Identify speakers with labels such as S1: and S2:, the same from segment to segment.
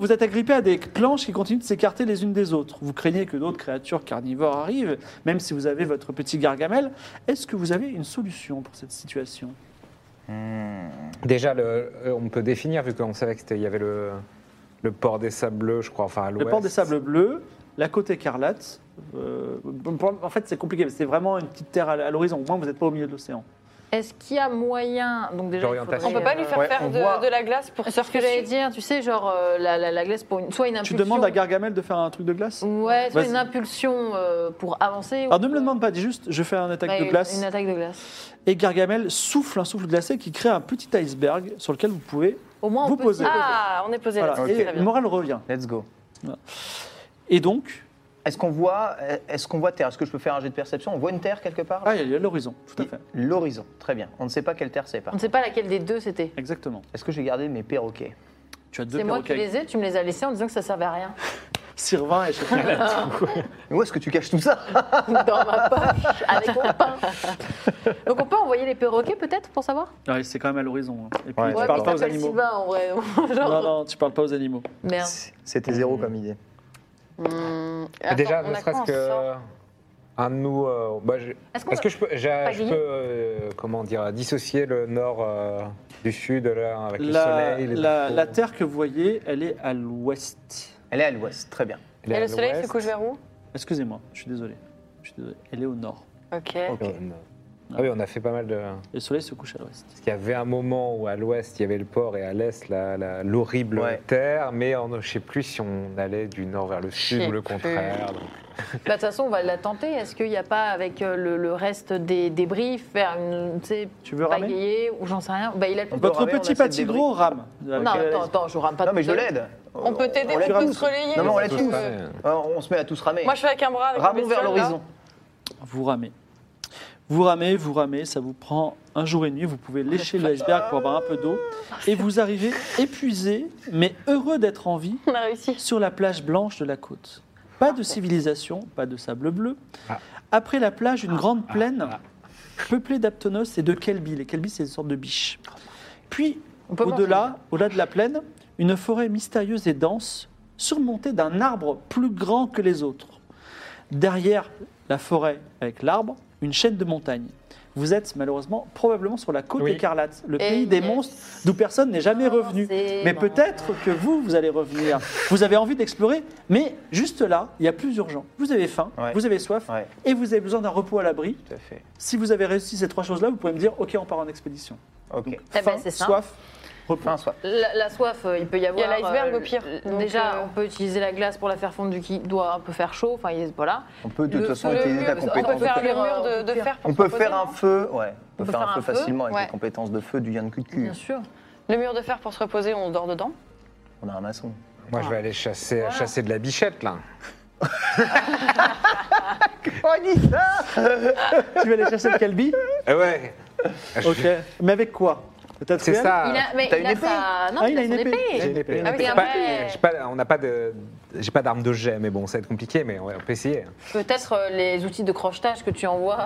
S1: Vous êtes agrippé à des planches qui continuent de s'écarter les unes des autres. Vous craignez que d'autres créatures carnivores arrivent, même si vous avez votre petit gargamel. Est-ce que vous avez une solution pour cette situation
S2: Déjà, le- euh, on peut définir, vu qu'on savait qu'il y avait le, le port des sables, je crois, enfin à
S1: Le
S2: l'ouest.
S1: port des sables bleus, la côte écarlate. euh, pour- en fait, c'est compliqué. parce que C'est vraiment une petite terre à l- à l'horizon. Au moins, vous n'êtes pas au milieu de l'océan.
S3: Est-ce qu'il y a moyen donc déjà, il
S2: D'orientation.
S4: On
S3: faudrait,
S4: peut pas lui
S3: euh,
S4: faire
S2: Ouais, on
S4: faire
S2: voit.
S4: de, de la glace pour
S3: C'est ce que j'allais
S4: surfer.
S3: dire, tu sais, genre euh, la, la, la glace pour une, soit une
S1: Tu
S3: impulsion.
S1: demandes à Gargamel de faire un truc de glace
S3: Ouais, soit
S1: Vas-y.
S3: une impulsion euh, pour avancer.
S1: Alors, ne me le demande pas, dis juste, je fais un attaque de glace.
S3: Une, attaque de glace.
S1: Et Gargamel souffle un souffle glacé qui crée un petit iceberg sur lequel vous pouvez.
S3: Au moins, on
S1: Vous
S3: peut
S1: posez.
S3: s'y-
S4: Ah, on est posé
S1: Voilà.
S4: là-dessus.
S1: Et
S4: très
S1: le
S4: bien.
S1: moral revient.
S5: Let's go.
S1: Et donc,
S5: Est-ce qu'on voit, est-ce qu'on voit Terre Est-ce que je peux faire un jet de perception On voit une Terre quelque part là
S1: ah, il y a l'horizon, tout à fait.
S5: L'horizon, très bien. On ne sait pas quelle Terre c'est par
S3: On ne sait pas laquelle des deux c'était.
S1: Exactement.
S5: Est-ce que j'ai gardé mes perroquets
S1: Tu as deux
S3: C'est moi qui
S1: perroquets.
S3: les ai, tu me les as laissés en disant que ça servait à rien.
S1: Sylvain et Chacun.
S5: Mais où est-ce que tu caches tout ça
S3: Dans ma poche, avec mon pain. Donc on peut envoyer les perroquets peut-être pour savoir
S1: ouais, c'est quand même à l'horizon. hein. Et puis,
S5: Ouais,
S1: tu
S5: d'accord.
S1: parles
S3: mais
S1: pas aux
S3: t'appelles
S1: animaux.
S3: Sylvain en vrai. Genre,
S1: Non, non, tu parles pas aux animaux.
S2: Bah,
S3: Merde.
S5: C'était zéro comme idée.
S4: Hum,
S2: Mais déjà,
S4: attends, on
S2: ne
S4: a
S2: serait-ce
S4: quoi
S2: que.
S4: en sort
S2: Un de nous. euh, bah, je-
S3: Est-ce qu'on
S2: Est-ce que je peux, j'ai- je
S3: Pagayer
S2: peux, euh, comment dire, dissocier le nord euh, du sud là, avec le
S1: La,
S2: soleil les
S1: la-
S2: infos.
S1: la terre que vous voyez, elle est à l'ouest.
S5: Elle est à l'ouest, très bien.
S2: Elle est
S4: Et
S2: à
S4: le soleil se
S2: l'ouest.
S4: couche vers où
S1: Excusez-moi, je suis désolé. Je suis désolé. Elle est au nord.
S4: Ok.
S3: Bah,
S5: Ok.
S2: Euh, non. Ah oui, on a fait pas mal de.
S1: Et Le soleil se couche à l'ouest.
S2: Parce qu'il y avait un moment où à l'ouest il y avait le port et à l'est la- la- l'horrible
S5: Ouais.
S2: terre, mais on, je ne sais plus si on allait du nord vers le sud
S4: sais
S2: ou le
S4: plus.
S2: contraire. donc.
S3: Bah, De toute façon, on va la tenter. Est-ce qu'il n'y a pas, avec euh, le, le reste des débris, faire une. Tu sais,
S1: Tu veux ramer
S3: pagayer ou j'en sais rien Bah, il a le
S5: On peut
S1: Votre
S5: ramer, on
S1: petit
S5: a cette
S1: patigro rame. Euh,
S3: Non, attends, attends, je rame pas
S5: Non, mais je
S3: toute seule.
S5: l'aide.
S4: On peut t'aider,
S5: l'aide
S4: on peut
S5: tous.
S4: te relayer.
S5: Non, mais on
S4: on
S5: l'a
S4: peut
S5: tous.
S4: se
S2: Ouais.
S5: Alors, on se met à tous ramer.
S4: Moi, je fais avec un bras. Avec
S5: Ramons
S4: le
S5: vers
S4: bestiole, là.
S5: l'horizon.
S1: Vous ramez. Vous ramez, vous ramez, ça vous prend un jour et une nuit, vous pouvez lécher l'iceberg pour avoir un peu d'eau, et vous arrivez épuisé, mais heureux d'être en vie,
S4: On a réussi.
S1: sur la plage blanche de la côte. Pas de civilisation, pas de sable bleu. Après la plage, une grande plaine peuplée d'aptonos et de kelbi. Les kelbi, c'est une sorte de biche. Puis,
S3: On peut
S1: au-delà au-delà de la plaine, une forêt mystérieuse et dense, surmontée d'un arbre plus grand que les autres. Derrière la forêt avec l'arbre, une chaîne de montagnes. Vous êtes malheureusement probablement sur la côte
S2: Oui.
S1: écarlate, le
S3: Et
S1: pays des
S3: Eh yes. Oh,
S1: monstres d'où personne n'est jamais revenu.
S3: Forcément.
S1: Mais peut-être que vous, vous allez revenir. Vous avez envie d'explorer, mais juste là, il y a plus urgent. Vous avez faim,
S5: Ouais.
S1: vous avez soif,
S5: Ouais,
S1: et vous avez besoin d'un repos à l'abri.
S5: tout à fait.
S1: Si vous avez réussi ces trois choses-là, vous pouvez me dire, ok, on part en expédition.
S5: Ok.
S1: Donc,
S3: Eh ben,
S1: faim,
S3: c'est ça.
S1: soif, repos.
S5: Fin, soit.
S3: La, la soif, euh, il peut y avoir.
S4: Il y a l'iceberg,
S3: euh,
S4: au pire.
S3: le-
S4: Donc,
S3: déjà,
S4: euh,
S3: on peut utiliser la glace pour la faire fondre, du qui doit un peu faire chaud. Enfin, il- voilà.
S5: On peut de
S3: Le
S5: toute façon
S3: feu, le
S5: utiliser
S3: mieux,
S5: ta
S3: parce qu'on
S4: On peut
S5: compétence.
S4: faire
S5: de-
S4: le mur de, de fer pour
S5: euh, On peut
S4: se poser,
S5: faire un
S3: hein,
S4: non
S5: feu, ouais. On peut faire un feu facilement avec
S3: ouais.
S5: les compétences de feu du Yann Cul de cul.
S3: Bien sûr.
S4: Le mur de fer pour se reposer, on dort dedans.
S5: On a un maçon.
S2: Moi,
S3: Ah.
S2: je vais aller chasser, chasser de la bichette là.
S5: Oh, dis ça
S1: tu vas aller chercher le calbi
S2: Ah ouais.
S1: Ok. Mais avec quoi Peut-être
S2: C'est ça.
S3: Il a, mais
S5: Ah. T'as
S3: il
S5: une
S3: a
S5: épée
S3: sa- Non,
S1: Ah,
S3: il, a, son épée.
S2: J'ai une épée.
S3: Ah oui,
S2: J'ai
S3: c'est
S2: pas-
S3: vrai.
S2: j'ai pas- on n'a pas de, j'ai pas d'arme de jet, mais bon, ça va être compliqué, mais on va on peut essayer.
S3: Peut-être euh, les outils de crochetage que tu envoies.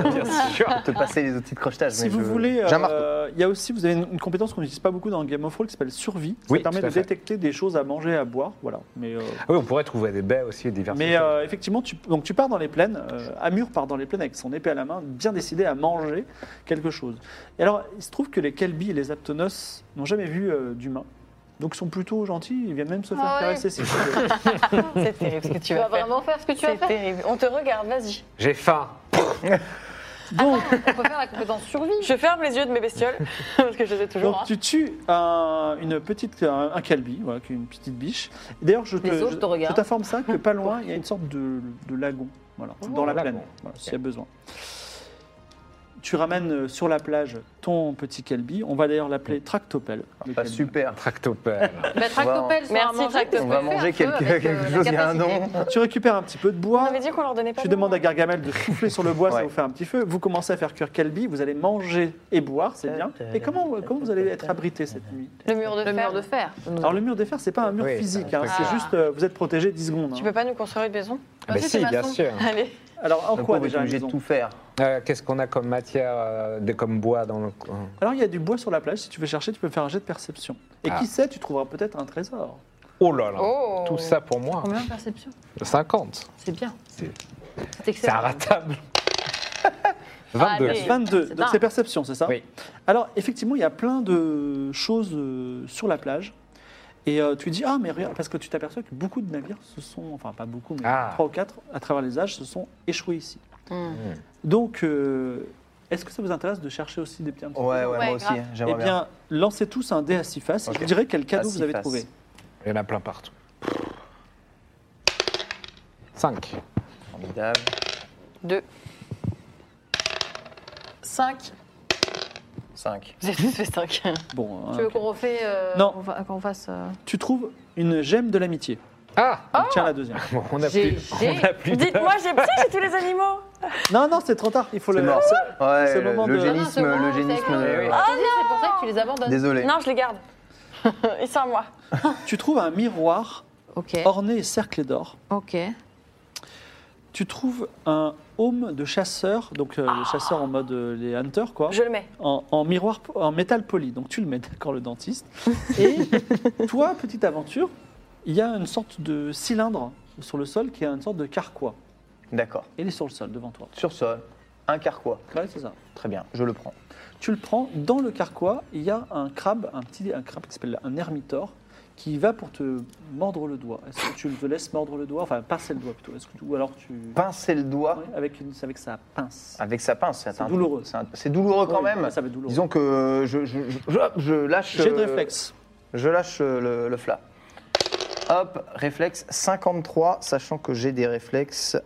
S3: euh,
S5: Bien sûr. te passer les outils de crochetage.
S1: Si
S5: mais
S1: vous
S5: je-
S1: voulez,
S5: J'ai un
S1: euh,
S5: marteau.
S1: il y a aussi, vous avez une, une compétence qu'on n'utilise pas beaucoup dans Game of Thrones qui s'appelle survie. Ça
S2: Oui,
S1: permet
S2: tout à
S1: de
S2: fait.
S1: détecter des choses à manger, à boire, voilà. Mais, euh,
S2: Ah oui, on pourrait trouver des baies aussi, des
S1: mais euh, effectivement, tu, donc tu pars dans les plaines. euh, Amur part dans les plaines avec son épée à la main, bien décidé à manger quelque chose. Et alors, il se trouve que les Kelbi et les Aptonos n'ont jamais vu euh, d'humains. Donc ils sont plutôt gentils, ils viennent même se faire
S4: Ah ouais.
S1: caresser. si vous voulez.
S4: C'est terrible ce que tu
S3: Tu vas
S4: vas faire.
S3: vraiment faire ce que tu vas
S4: C'est
S3: faire
S4: terrible. On te regarde, vas-y.
S2: J'ai faim.
S1: Donc,
S3: On peut faire la compétence survie.
S4: Je ferme les yeux de mes bestioles, parce que je les ai toujours.
S1: donc
S4: hein.
S1: tu tues un, une petite, un, un calbi, voilà, qui est une petite biche. D'ailleurs, je te,
S3: Les autres
S1: je-
S3: te regardent.
S1: je t'informe ça que pas loin, il y a une sorte de, de lagon, voilà,
S4: Oh,
S1: dans la
S2: lagon.
S1: plaine, voilà, s'il y a besoin. Tu ramènes euh, sur la plage ton petit calbi. On va d'ailleurs l'appeler Tractopelle. le
S5: Ah,
S1: calbi.
S5: super.
S2: Tractopelle.
S3: Bah, tractopelle,
S4: Merci,
S3: tractopelle.
S4: tractopelle.
S5: On va manger quelque,
S3: euh,
S5: quelque chose, il y a un nom.
S1: Tu récupères un petit peu de bois.
S4: On avait dit qu'on leur donnait pas
S1: Tu
S4: de
S1: demandes
S4: nom.
S1: à Gargamel de souffler sur le bois, ça
S5: Ouais.
S1: vous fait un petit feu. Vous commencez à faire cuire Calbi, vous allez manger et boire, c'est bien. Et comment, comment vous allez être abrité cette nuit
S4: Le mur de
S3: Le
S4: fer.
S3: mur de fer.
S1: Alors le mur des fers, c'est pas un mur
S2: Oui,
S1: physique,
S2: c'est un
S1: hein,
S2: truc.
S1: c'est
S4: Ah.
S1: juste euh, vous êtes protégé 10 secondes.
S4: Tu
S1: hein.
S4: peux pas nous construire une maison
S2: Ah bah
S3: c'est
S2: si,
S3: ma
S2: bien
S3: sonde.
S2: sûr.
S4: Allez.
S1: Alors en
S5: Donc,
S1: quoi
S5: on est
S1: déjà
S5: obligé de
S1: maison
S5: tout faire.
S2: Euh, Qu'est-ce qu'on a comme matière, euh, de- comme bois dans le.
S1: Alors il y a du bois sur la plage, si tu veux chercher, tu peux faire un jet de perception. Et
S2: Ah.
S1: qui sait, tu trouveras peut-être un trésor.
S2: Oh là là
S4: Oh.
S2: Tout ça pour moi
S3: Combien de perception
S2: 50
S3: C'est bien.
S2: C'est-
S3: C'est
S2: C'est
S3: excellent.
S2: ratable 22
S3: Allez. Et
S1: 22,
S3: c'est
S1: donc
S3: dingue.
S1: c'est perception, c'est ça
S2: Oui.
S1: Alors effectivement, il y a plein de choses euh, sur la plage. Et euh, tu dis, ah mais regarde, parce que tu t'aperçois que beaucoup de navires se sont, enfin pas beaucoup, mais
S2: Ah. Mmh.
S1: trois ou quatre, à travers les âges, se sont échoués ici.
S3: Mmh.
S1: Donc, euh, est-ce que ça vous intéresse de chercher aussi des petits un petit peu
S5: Ouais, ouais, moi
S3: Ouais,
S5: aussi,
S3: grave.
S5: j'aimerais
S1: Eh
S5: bien.
S1: bien, lancez tous un dé à six faces. et Je
S5: Ok.
S1: vous dirai quel cadeau
S5: À six
S1: vous avez
S5: faces.
S1: trouvé.
S2: Il y en a plein partout. 5.
S5: Formidable.
S4: Deux.
S3: 5.
S5: 5.
S4: Vous avez tous fait cinq.
S1: Bon,
S3: Tu
S1: hein,
S3: veux qu'on refait euh,
S1: Non.
S3: qu'on fa- Qu'on fasse. euh,
S1: tu trouves une gemme de l'amitié.
S2: Ah
S1: Donc, Tiens la deuxième.
S2: Bon, On a
S3: J'ai-
S2: plus.
S3: j'ai-
S2: On a plus de-
S4: Dites-moi, j'ai petit, j'ai tous les animaux.
S1: Non, non, c'est trop tard. Il faut
S5: C'est
S1: le.
S5: mort. Ouais,
S1: c'est le moment de-
S5: l'eugénisme,
S3: Non, non, Ah, c'est bon,
S5: l'eugénisme.
S3: c'est bon.
S5: euh,
S4: Oh
S3: Je te dis, C'est pour ça que tu les abandonnes.
S5: Désolé.
S4: Non, je les garde. Ils sont à moi.
S1: Tu trouves un miroir
S3: Ok.
S1: orné et cerclé d'or.
S3: Ok.
S1: Tu trouves un home de chasseur, donc euh, les chasseurs en mode euh, les hunters, quoi,
S4: Je le mets.
S1: en, en miroir, po- en métal poli. Donc tu le mets, d'accord, le dentiste. Et toi, petite aventure, il y a une sorte de cylindre sur le sol qui est une sorte de carquois.
S5: D'accord.
S1: Et Il est sur le sol devant toi.
S5: Sur ce, un carquois.
S1: Ouais, c'est ça.
S5: Très bien, je le prends.
S1: Tu le prends, dans le carquois, il y a un crabe, un petit un crabe qui s'appelle un ermitor, qui va pour te mordre le doigt. Est-ce que tu le laisses mordre le doigt Enfin, pincer le doigt plutôt. Est-ce que tu- ou alors tu.
S5: Pincer le doigt
S1: Ouais, avec, une, avec sa pince.
S5: avec sa pince.
S1: C'est
S5: un-
S1: douloureux.
S5: c'est un- C'est douloureux Ah, quand
S1: Oui,
S5: même.
S1: Ça va être douloureux.
S5: Disons que je, je- je- je- hop, je lâche.
S1: J'ai de
S5: euh,
S1: réflexe.
S5: Je lâche euh, le, le flat. Hop, réflexe 53, sachant que j'ai des réflexes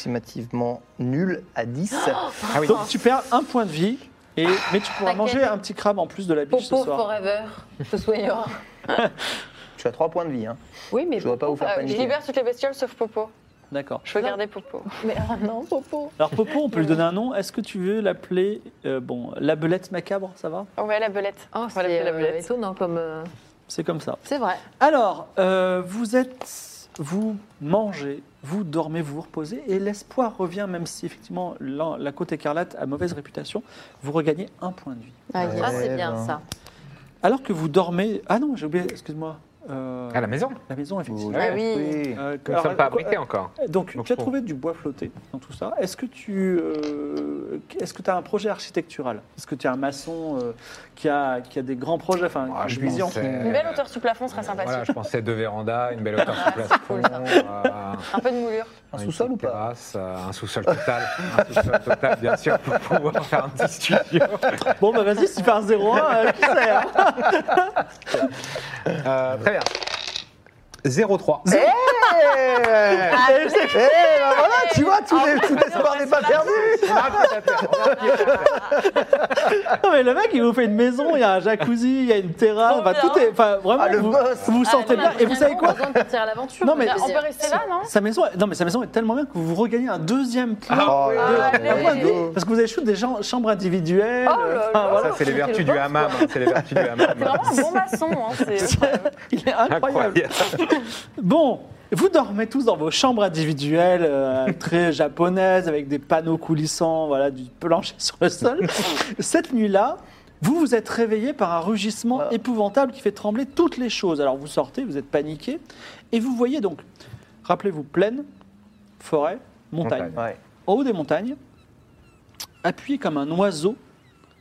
S5: approximativement nuls à 10.
S2: Ah oui.
S1: Donc tu perds un point de vie, et, mais tu pourras
S3: T'inquiète.
S1: manger un petit crabe en plus de la biche ce
S3: Popo
S1: soir.
S3: Forever te soignera.
S5: tu as 3 points de vie. Hein.
S3: Oui, mais.
S5: Je ne dois pas vous faire
S4: Euh, je
S5: paniquer.
S4: libère toutes les bestioles sauf Popo.
S1: D'accord.
S4: Je veux garder Popo.
S3: mais ah non, Popo.
S1: Alors Popo, on peut lui donner un nom. Est-ce que tu veux l'appeler, euh, bon, la belette macabre, ça va
S4: Oh, ouais, la belette.
S3: Oh,
S4: On va l'appeler
S3: c'est
S4: la
S3: euh,
S4: belette.
S3: étonnant comme. euh,
S1: C'est comme ça.
S3: C'est vrai.
S1: Alors, euh, vous êtes, vous mangez, vous dormez, vous vous reposez, et l'espoir revient, même si effectivement la, la côte écarlate a mauvaise réputation, vous regagnez un point de vie.
S3: Ah,
S5: Ouais,
S3: c'est bien
S5: ben.
S3: ça.
S1: Alors que vous dormez, ah non, j'ai oublié, excuse-moi, euh,
S2: À la maison Nous
S1: la maison effectivement.
S4: Ah oui.
S1: Euh,
S2: ne
S1: alors,
S2: sommes pas
S1: euh,
S2: abrités encore.
S1: euh, Donc,
S2: hein. Donc,
S1: tu as
S2: faut-
S1: trouvé du bois flotté dans tout ça. Est-ce que tu euh, est-ce que tu as un projet architectural Est-ce que tu es un maçon euh, qui, a, qui a des grands projets, enfin,
S2: Ah,
S1: une
S2: je
S1: vision
S2: pensais-
S4: Une belle hauteur sous plafond serait sympathique.
S2: Voilà, je pensais deux vérandas, une belle hauteur sur plafond. euh,
S4: Un peu de moulure.
S5: Un
S2: une
S5: sous-sol ou
S2: petite
S5: pas
S2: terrasse, euh, Un sous-sol total. un sous-sol total, bien sûr, pour pouvoir faire un petit studio.
S5: Euh,
S1: Bon, bah vas-y, si tu fais un 0-1, euh, qui sait hein
S2: Euh, très bien. 0,3.
S5: Eh,
S1: Et c'est-
S5: ben voilà, tu vois, tout est- tout espoir n'est pas perdu
S2: On a un pied à terre, on a un pied à terre.
S1: Non mais le mec il vous fait une maison, il y a un jacuzzi, il y a une terrasse,
S4: Trop
S1: enfin, tout
S4: bien.
S1: est, enfin vraiment
S5: Ah, le
S1: vous,
S5: boss.
S1: vous vous sentez bien. Et vous savez quoi
S3: besoin de partir à l'aventure.
S1: Non, mais-
S3: je veux
S4: On
S3: dire.
S4: peut rester là, non
S1: Sa maison, non mais sa maison est tellement bien que vous regagnez un deuxième point.
S5: Oh là
S1: de-
S5: là,
S1: un
S5: mais
S1: point de vie,
S5: go.
S1: parce que vous avez choué des gens- chambres individuelles.
S4: Ah, Oh là
S1: euh,
S4: là.
S2: Ça, c'est les vertus du hammam. hein, C'est les vertus du hammam.
S4: C'est vraiment un bon maçon. Hein. C'est
S1: il est incroyable. Bon, vous dormez tous dans vos chambres individuelles, euh, très japonaises, avec des panneaux coulissants, voilà, du plancher sur le sol. Cette nuit-là, vous vous êtes réveillé par un rugissement
S5: Voilà.
S1: épouvantable qui fait trembler toutes les choses. Alors vous sortez, vous êtes paniqué, et vous voyez donc, rappelez-vous, plaine, forêt, montagne.
S2: Montagne.
S5: Ouais.
S1: En haut des montagnes, appuyé comme un oiseau,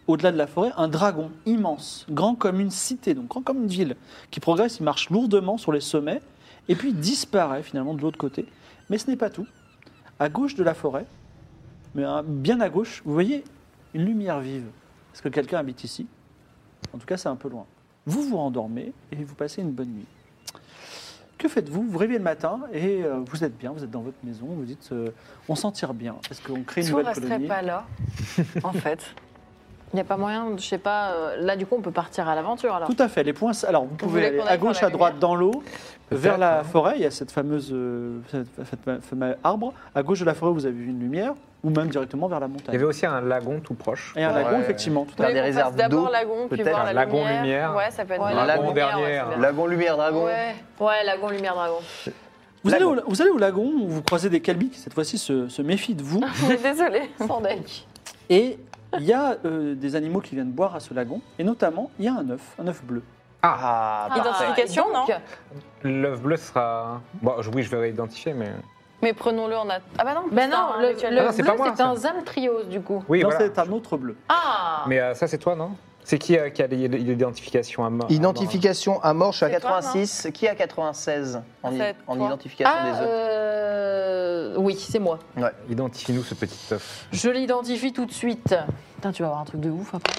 S1: au-delà de la forêt, un dragon immense, grand comme une cité, donc grand comme une ville, qui progresse, il marche lourdement sur les sommets, et puis disparaît finalement de l'autre côté. Mais ce n'est pas tout. À gauche de la forêt, mais hein, bien à gauche, vous voyez une lumière vive. Est-ce que quelqu'un habite ici En tout cas, c'est un peu loin. Vous vous rendormez et vous passez une bonne nuit. Que faites-vous Vous vous réveillez le matin et euh, vous êtes bien, vous êtes dans votre maison, vous dites euh, on s'en tire bien. Est-ce qu'on crée une
S3: Est-ce qu'on
S1: nouvelle
S3: resterait
S1: colonie
S3: pas là, en fait Il n'y a pas moyen, je sais pas. euh, Là, du coup, on peut partir à l'aventure alors.
S1: Tout à fait. Les points, alors vous pouvez
S4: voulez
S1: aller
S4: qu'on
S1: à
S4: aille
S1: gauche,
S4: voir
S1: à
S4: la
S1: droite
S4: lumière
S1: dans l'eau,
S2: Peut-être,
S1: vers la
S2: hein.
S1: forêt. Il y a cette fameuse euh, cette, cette fameuse arbre. À gauche de la forêt, vous avez vu une lumière, ou même directement vers la
S2: Il y avait
S1: montagne.
S2: aussi un lagon tout proche.
S1: Et un
S5: Ouais.
S1: lagon, effectivement. Tout à
S5: Faire
S1: fait.
S4: Vous
S5: des
S4: voulez qu'on fasse
S5: réserves d'eau,
S4: D'abord lagon, puis
S5: peut-être.
S4: voir
S2: Un
S4: la
S2: lagon,
S4: lumière.
S2: lumière.
S4: Ouais, ça peut être
S3: Ouais,
S4: bien.
S2: lagon,
S5: lagon
S2: dernière.
S3: ouais,
S5: Lagon Lumière Dragon.
S3: Ouais, ouais, lagon, lumière, dragon.
S1: Vous, allez
S5: Lagon.
S1: au, vous allez au lagon, où vous croisez des calbis qui cette fois-ci se, se méfient de vous.
S4: On est désolé.
S3: Sans deck.
S1: Et il y a euh, des animaux qui viennent boire à ce lagon. Et notamment, il y a un œuf, un œuf bleu.
S5: Ah,
S3: Ah,
S4: Identification,
S3: et donc,
S2: L'œuf bleu sera. Bon, je- oui, je vais réidentifier, mais.
S4: Mais prenons-le en attente. Ah bah non.
S3: Ben
S4: c'est
S3: non,
S4: un
S3: le,
S4: rituel.
S3: le
S2: Ah non, c'est
S3: bleu,
S2: pas moi,
S3: c'est
S2: ça.
S3: un Zamtrios, du coup.
S2: Oui,
S1: non,
S2: voilà.
S1: c'est un autre bleu.
S3: Ah
S2: Mais euh, ça, c'est toi, non C'est qui euh, qui a l'i- l'identification à mort
S5: Identification à mort, je suis à
S4: C'est toi,
S5: 86. qui a 96 en, i-
S4: Ça va être
S5: en
S4: toi.
S5: identification
S3: Ah,
S5: des œufs
S3: euh, oui, c'est moi.
S2: Identifie-nous ce petit œuf.
S3: Je l'identifie tout de suite. Putain, tu vas avoir un truc de ouf après.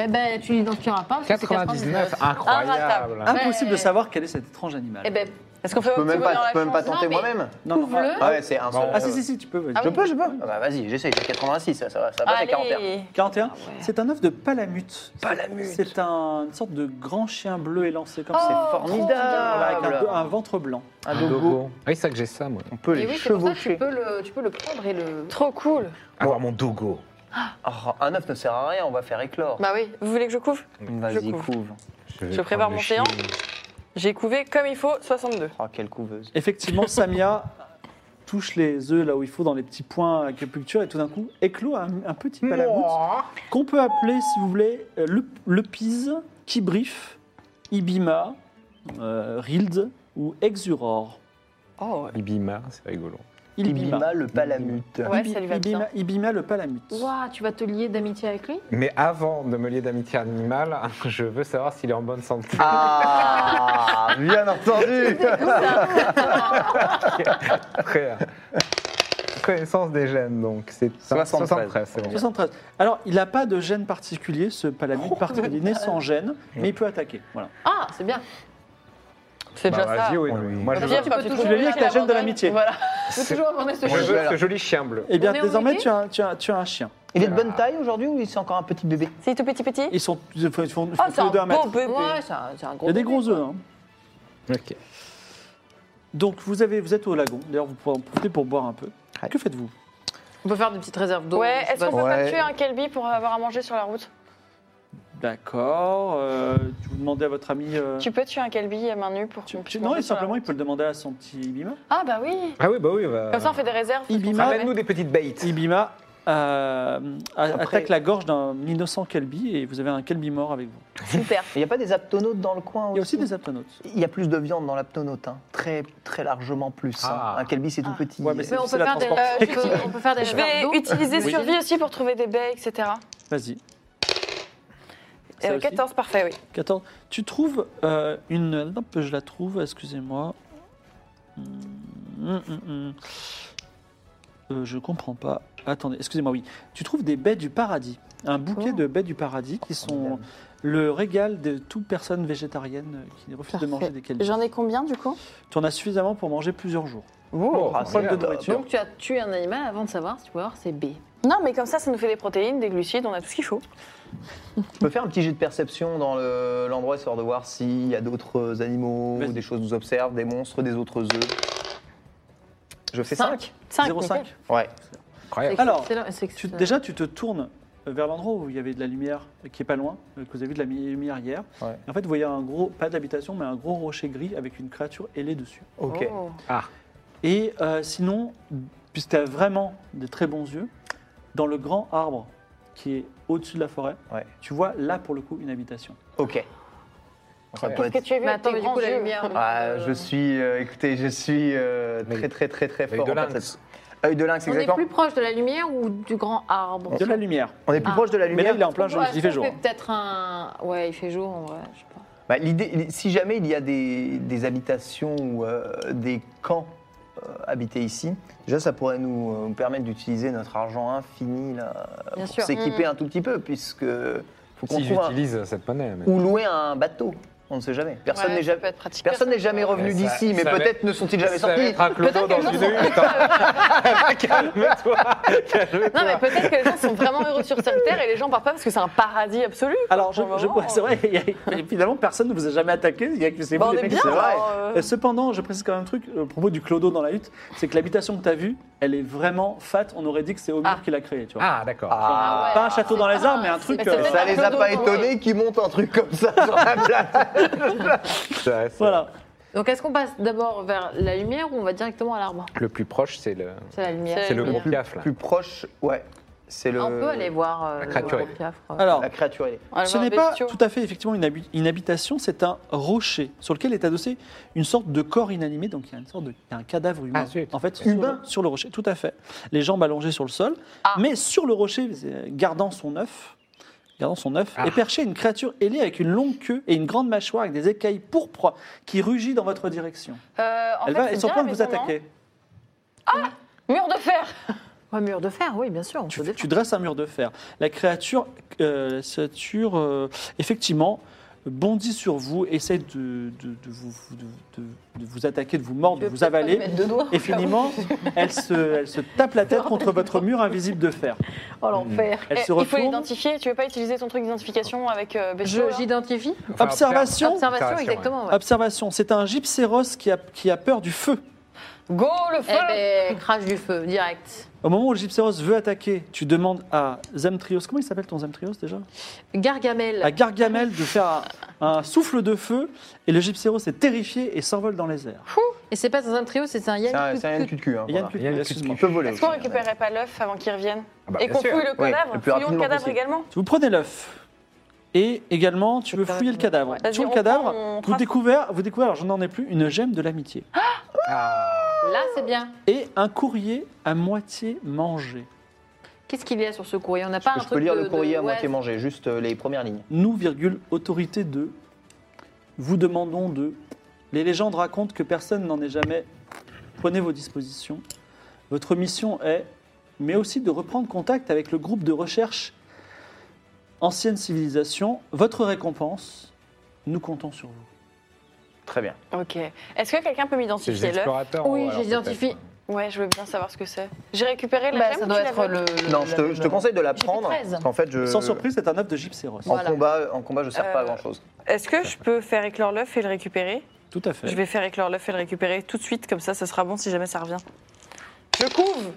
S3: Eh ben, tu l'identifieras pas. parce que c'est
S2: 99, incroyable
S3: Ah,
S1: Impossible
S3: mais-
S1: de savoir quel est cet étrange animal.
S3: Eh ben,
S4: Est-ce qu'on fait
S5: Je peux
S4: un petit
S5: même
S4: bonheur
S5: pas,
S4: la
S5: je peux même pas
S4: chance
S5: tenter
S3: mais-
S5: moi-même
S1: Non, non,
S3: Ouvre-le.
S1: voilà.
S5: Ah ouais, c'est un seul.
S2: Bon.
S1: Ah si, si, si, tu peux. vas-y.
S5: Je peux, je peux Ah bah Vas-y, j'essaye, j'ai 86, ça, ça va, ça va passer 41.
S4: Allez.
S1: 41. C'est un œuf de palamute. Palamute. C'est un- une sorte de grand chien bleu élancé comme
S4: Oh.
S1: ça. Voilà,
S5: c'est
S1: avec un,
S5: formidable
S1: un ventre blanc.
S5: Un
S2: Un
S5: dogo.
S2: dogo. Ah oui, c'est ça que j'ai ça, moi.
S5: On peut
S3: et
S5: les
S3: Eh oui, c'est pour ça que tu
S5: chevaucher.
S3: peux, le, tu peux le prendre et le.
S4: Trop cool.
S2: Avoir Ah, mon dogo.
S5: Oh, un œuf ne sert à rien, on va faire éclore.
S4: Bah oui. Vous voulez que je couve
S5: Vas-y,
S4: couve.
S5: couve.
S2: vais
S4: Je prépare
S2: prendre le
S4: mon séant.
S2: chien.
S4: J'ai couvé comme il faut 62.
S5: Oh, quelle couveuse.
S1: Effectivement, Samia touche les œufs là où il faut dans les petits points acupuncture et tout d'un coup éclot un, un petit palamute qu'on peut appeler, si vous voulez, euh, le, le pise, kibrif, ibima, euh, rild ou exuror.
S4: Oh.
S2: Ibima, c'est rigolo.
S5: Ibima, le palamute.
S4: Ouais,
S1: Ibi-
S4: ça lui va bien.
S1: Ibima, Ibima, le palamute.
S3: Ouah, tu vas te lier d'amitié avec lui
S2: Mais avant de me lier d'amitié animale, je veux savoir s'il est en bonne santé.
S5: Ah, bien entendu
S2: Après, euh, connaissance des gènes, donc c'est
S5: 73.
S2: c'est bon.
S1: 73. Alors, il n'a pas de gène particulier, ce
S4: Oh,
S1: palamute particulier. Il est né sans gène, mais il peut attaquer. Voilà.
S3: Ah, c'est bien.
S4: C'est
S2: Bah,
S4: déjà ça.
S2: vas-y, oui,
S5: Ouais,
S2: oui.
S5: oui.
S2: Moi, je
S3: Vas-y,
S2: veux,
S3: tu peux toujours
S1: Tu le lies avec la gêne de
S3: abandonner.
S1: l'amitié.
S4: Voilà.
S3: Tu peux toujours abandonner ce
S2: je
S3: jeu.
S2: veux ce joli chien bleu.
S1: Eh bien,
S3: On est
S1: désormais,
S3: obligé
S1: tu as, un- tu, as, tu as un chien.
S5: Il est de bonne taille aujourd'hui ou c'est encore un petit bébé
S4: C'est tout petit petit.
S1: Ils sont, ils font, ils font- ils
S4: Oh,
S1: font
S4: c'est
S1: tous les
S4: un
S1: deux un mètre.
S4: beau bébé.
S3: Ouais, c'est un, c'est un
S1: Il
S3: gros.
S1: y a des
S3: bébé,
S1: gros
S3: quoi.
S1: œufs. hein.
S2: Ok.
S1: Donc, vous, avez, vous êtes au lagon. D'ailleurs, vous pouvez en profiter pour boire un peu.
S5: Ouais.
S1: Que faites-vous
S3: On peut faire des petites réserves d'eau.
S4: Ouais,
S3: je sais
S4: est-ce
S3: pas.
S4: qu'on peut
S5: Ouais.
S4: pas tuer un Kelby pour avoir à manger sur la route
S1: D'accord. euh, tu vous demandez à votre ami. euh,
S4: Tu peux tuer un Kelby à main nue pour
S1: tu-
S4: qu'on
S1: tu-
S4: puisse
S1: non,
S4: manger
S1: et
S4: sur la
S1: simplement, il
S4: route
S1: peut le demander à son petit Ibima.
S4: Ah bah oui
S2: Ah oui, bah oui. Bah...
S4: Comme ça on fait des réserves. parce
S1: Ibima.
S4: qu'on sait jamais.
S2: Ramène-nous des petites bêtes.
S1: Ibima euh, a-
S5: Après-
S1: attaque la gorge d'un innocent Kelby et vous avez un Kelby mort avec vous.
S4: Super.
S5: Il n'y a pas des aptonautes dans le coin
S1: Il y a aussi des aptonautes.
S5: Il y a plus de viande dans l'aptonaute, hein. très, très largement plus. hein.
S2: Ah.
S5: Un kelby, c'est tout petit.
S1: Ouais, mais
S3: Mais on
S1: C'est
S3: peut,
S1: la
S3: faire des,
S1: transportation.
S3: euh, tu peux- on peut faire des
S4: Je
S3: réserves
S4: vais
S3: d'eau.
S4: utiliser
S1: Oui.
S4: survie aussi pour trouver des baies, etc.
S1: Vas-y.
S4: Euh,
S1: Ça aussi
S4: 14, parfait, oui.
S1: 14. Tu trouves euh, une. Hop, je la trouve, excusez-moi. Hum, hum, hum. Euh, je comprends pas. Attendez, excusez-moi, oui. Tu trouves des baies du paradis. Un bouquet
S4: Oh.
S1: de baies du paradis qui sont
S5: formidable.
S1: le régal de toute personne végétarienne euh, qui refuse de manger des calibres.
S4: ai combien du coup
S1: Tu en as suffisamment pour manger plusieurs jours.
S5: Oh,
S2: Ah,
S5: c'est
S2: problème de
S5: bien.
S2: nourriture.
S3: Donc tu as tué un animal avant de savoir si tu peux avoir ses baies.
S4: Non, mais comme ça, ça nous fait des protéines, des glucides, on a tout ce qu'il faut.
S5: Je peux faire un petit jet de perception dans le- l'endroit, histoire de voir s'il y a d'autres animaux,
S1: Vas-y.
S5: ou des choses nous observent, des monstres, des autres œufs. Je fais 5
S3: Cinq.
S1: 0,5.
S5: Ouais.
S2: Incroyable.
S3: C'est
S1: Alors,
S3: excellent, c'est
S1: Tu-
S3: excellent.
S1: déjà, tu te tournes euh, vers l'endroit où il y avait de la lumière, euh, qui est pas loin, euh, que vous avez vu de la mi- lumière hier.
S5: Ouais.
S1: Et en fait, vous voyez un gros, pas d'habitation, mais un gros rocher gris avec une créature ailée dessus.
S5: Ok.
S4: Oh.
S1: Et euh, sinon, puisque tu as vraiment des très bons yeux, dans le grand arbre qui est au-dessus de la forêt,
S5: Ouais.
S1: tu vois là pour le coup une habitation.
S5: Ok. Ça peut
S4: Qu'est-ce que
S5: être-
S4: tu as vu
S3: Mais
S4: avec
S3: attends,
S4: tes
S3: mais du
S4: grands
S3: coup, la
S4: yeux
S3: lumière.
S5: Ah,
S3: euh,
S5: je suis, euh, écoutez, je suis euh,
S2: Mais-
S5: très très très très
S2: Avec
S5: fort.
S2: de
S5: en
S2: lynx.
S5: perception. Œil de lynx,
S3: On est
S5: exactement.
S3: plus proche de la lumière ou du grand arbre
S1: De la lumière.
S5: On est plus
S3: Ah.
S5: proche de la
S1: Mais là,
S5: lumière.
S1: il est en plein jour,
S3: Ouais,
S1: il fait
S3: ça
S1: jour. hein.
S3: peut-être un. Ouais, il fait jour en vrai, je sais pas.
S5: Bah, L'idée, si jamais il y a des, des habitations ou euh, des camps euh, habiter ici. Déjà, ça pourrait nous euh, permettre d'utiliser notre argent infini là,
S1: Ah,
S3: Bien
S5: pour
S3: sûr.
S5: s'équiper un tout petit peu, puisque faut qu'on
S2: Si
S5: trouve un-
S2: j'utilise cette monnaie. mais-
S5: ou louer un bateau. On ne sait jamais. Personne
S4: Ouais,
S5: n'est
S4: ça
S5: jamais.
S4: peut être pratique.
S5: Personne n'est jamais revenu
S2: Ouais, ça-
S5: d'ici, mais
S2: ça va-
S5: peut-être ne sont-ils jamais
S2: Ça va
S5: sortis.
S2: être un clodo
S4: Peut-être
S2: dans
S4: que les
S2: une
S4: gens
S2: hutte. hein. Calme-toi.
S4: Non, mais peut-être que les gens sont vraiment heureux sur cette terre et les gens partent pas parce que c'est un paradis absolu. quoi,
S1: Alors, je,
S4: pour le
S1: je-
S4: moment.
S1: c'est vrai, il y a- mais finalement, personne ne vous a jamais attaqué. Il y a que c'est
S4: Bah,
S1: vous
S4: on
S1: les
S4: est
S1: mecs,
S4: bien,
S1: c'est vrai.
S4: alors, euh,
S1: Euh, Cependant, je précise quand même un truc euh, au propos du clodo dans la hutte c'est que l'habitation que tu as vue, elle est vraiment fat. On aurait dit que c'est Homer
S3: Ah.
S1: qui l'a créée, tu vois.
S2: Ah, d'accord.
S3: Ah ouais.
S1: Pas un château dans les arbres, mais un truc.
S3: Mais c'est
S1: euh,
S5: Et
S3: vrai.
S5: ça les a
S3: Clodo
S5: pas
S3: dans-
S5: étonnés qu'ils montent un truc comme ça sur la plage.
S2: Ça, c'est-
S1: Voilà.
S3: Donc est-ce qu'on passe d'abord vers la lumière ou on va directement à l'arbre
S2: euh, Le plus proche, c'est le.
S3: C'est la lumière.
S2: C'est le
S3: La
S2: gros
S3: lumière.
S2: piaf là.
S5: Plus proche, ouais. C'est le.
S3: On peut aller voir euh,
S2: La
S3: le
S2: créature.
S3: gros piafre.
S1: Alors,
S5: La créature. elle est-
S4: on va
S1: ce
S4: voir
S1: n'est
S4: des
S1: pas
S4: bestiaux.
S1: tout à fait effectivement une, habi- une habitation, c'est un rocher sur lequel est adossé une sorte de corps inanimé, donc il y a une sorte de il y a un cadavre humain.
S2: Ah, zut.
S1: en fait,
S5: Humain.
S1: sur, sur le rocher, tout à fait. Les jambes allongées sur le sol,
S4: Ah.
S1: mais sur le rocher, euh, gardant son œuf, gardant son œuf,
S2: Ah.
S1: est perchée une créature ailée avec une longue queue et une grande mâchoire avec des écailles pourpres qui rugit dans votre direction.
S4: Euh, en
S1: Elle
S4: fait,
S1: va,
S4: c'est
S1: elle est sur
S4: bien
S1: point
S4: la
S1: de vous
S4: maison, non
S1: attaquer.
S4: Mur de fer
S3: Ouais, mur de fer, oui, bien sûr. on
S1: Tu,
S3: peut
S1: tu
S3: défendre.
S1: dresses un mur de fer. La créature, euh, la créature, euh, effectivement, bondit sur vous, essaie de, de- de vous, de- de- de vous attaquer, de vous mordre, de vous avaler.
S4: mettre deux doigts.
S1: Et finalement, elle se, elle se tape la tête contre votre mur invisible de fer.
S3: Oh l'enfer.
S1: Elle
S4: Eh,
S1: se
S4: Il faut
S1: retourne.
S4: l'identifier. Tu veux pas utiliser ton truc d'identification avec euh, bestiaux,
S3: Je-
S4: là
S3: J'identifie.
S2: Enfin,
S1: Observation.
S3: Observation,
S2: Observation,
S3: exactement. ouais.
S1: Observation. C'est un gypséros qui a, qui a peur du feu.
S4: Go le feu
S3: Eh ben, crache du feu, direct.
S1: Au moment où le gypséros veut attaquer, tu demandes à Zemtrios, comment il s'appelle ton Zemtrios déjà
S3: Gargamel.
S5: Ah.
S1: À Gargamel de faire un, un souffle de feu, et le gypséros est terrifié et s'envole dans les airs.
S3: Et c'est pas dans un trio, c'est un
S5: C'est un-
S3: yen.
S5: c'est un cul de cul. hein,
S1: Il y a
S5: voilà.
S1: une-
S2: Yann Kuckuck.
S1: excuse-moi.
S5: Il peut voler.
S4: Est-ce qu'on
S5: aussi, hein,
S4: récupérait pas l'œuf avant qu'il revienne
S2: Ah bah,
S4: Et
S2: bien
S4: qu'on
S2: sûr.
S4: fouille le
S5: Ouais,
S4: cadavre
S5: le plus
S4: Fouillons le
S5: rapidement
S4: cadavre
S5: possible.
S4: également
S1: Vous prenez l'œuf. Et également, tu veux fouiller le cadavre.
S4: Vas-y,
S1: Sur le
S4: on
S1: cadavre,
S4: prend, on
S1: vous
S4: trace.
S1: découvrez, vous découvrez, alors je n'en ai plus, une gemme de l'amitié.
S2: Ah,
S3: Là, c'est bien.
S1: Et un courrier à moitié mangé.
S3: Qu'est-ce qu'il y a sur ce courrier On n'a pas un
S5: Je
S3: truc
S5: peux lire
S3: de-
S5: le courrier
S3: de-
S5: à moitié
S3: ouais.
S5: mangé, juste euh, les premières lignes.
S1: Nous, virgule, autorité de. Vous demandons de. Les légendes racontent que personne n'en est jamais. Prenez vos dispositions. Votre mission est, mais aussi de reprendre contact avec le groupe de recherche Ancienne Civilisation. Votre récompense, nous comptons sur vous.
S5: Très bien.
S4: Ok. Est-ce que quelqu'un peut
S2: c'est les
S4: m'identifier l'œuf
S2: explorateurs.
S3: Oui,
S2: alors,
S3: j'identifie.
S2: peut-être.
S4: Ouais, je veux bien savoir ce que c'est. J'ai récupéré la
S3: Bah,
S4: gemme
S3: ça
S4: ou
S3: doit
S4: tu
S3: être
S4: l'avais
S3: le.
S5: Non, je te, je te conseille de la
S3: J'ai fait
S5: prendre.
S3: 13.
S5: Parce qu'en fait, je.
S1: Sans surprise, c'est un œuf de gypséros.
S5: En
S3: Voilà.
S5: combat, en combat, je ne sers pas à
S4: Euh,
S5: grand chose.
S4: Est-ce que je peux faire éclore l'œuf et le récupérer
S1: Tout à fait.
S4: Je vais faire éclore l'œuf et le récupérer tout de suite, comme ça, ça sera bon si jamais ça revient. Je couve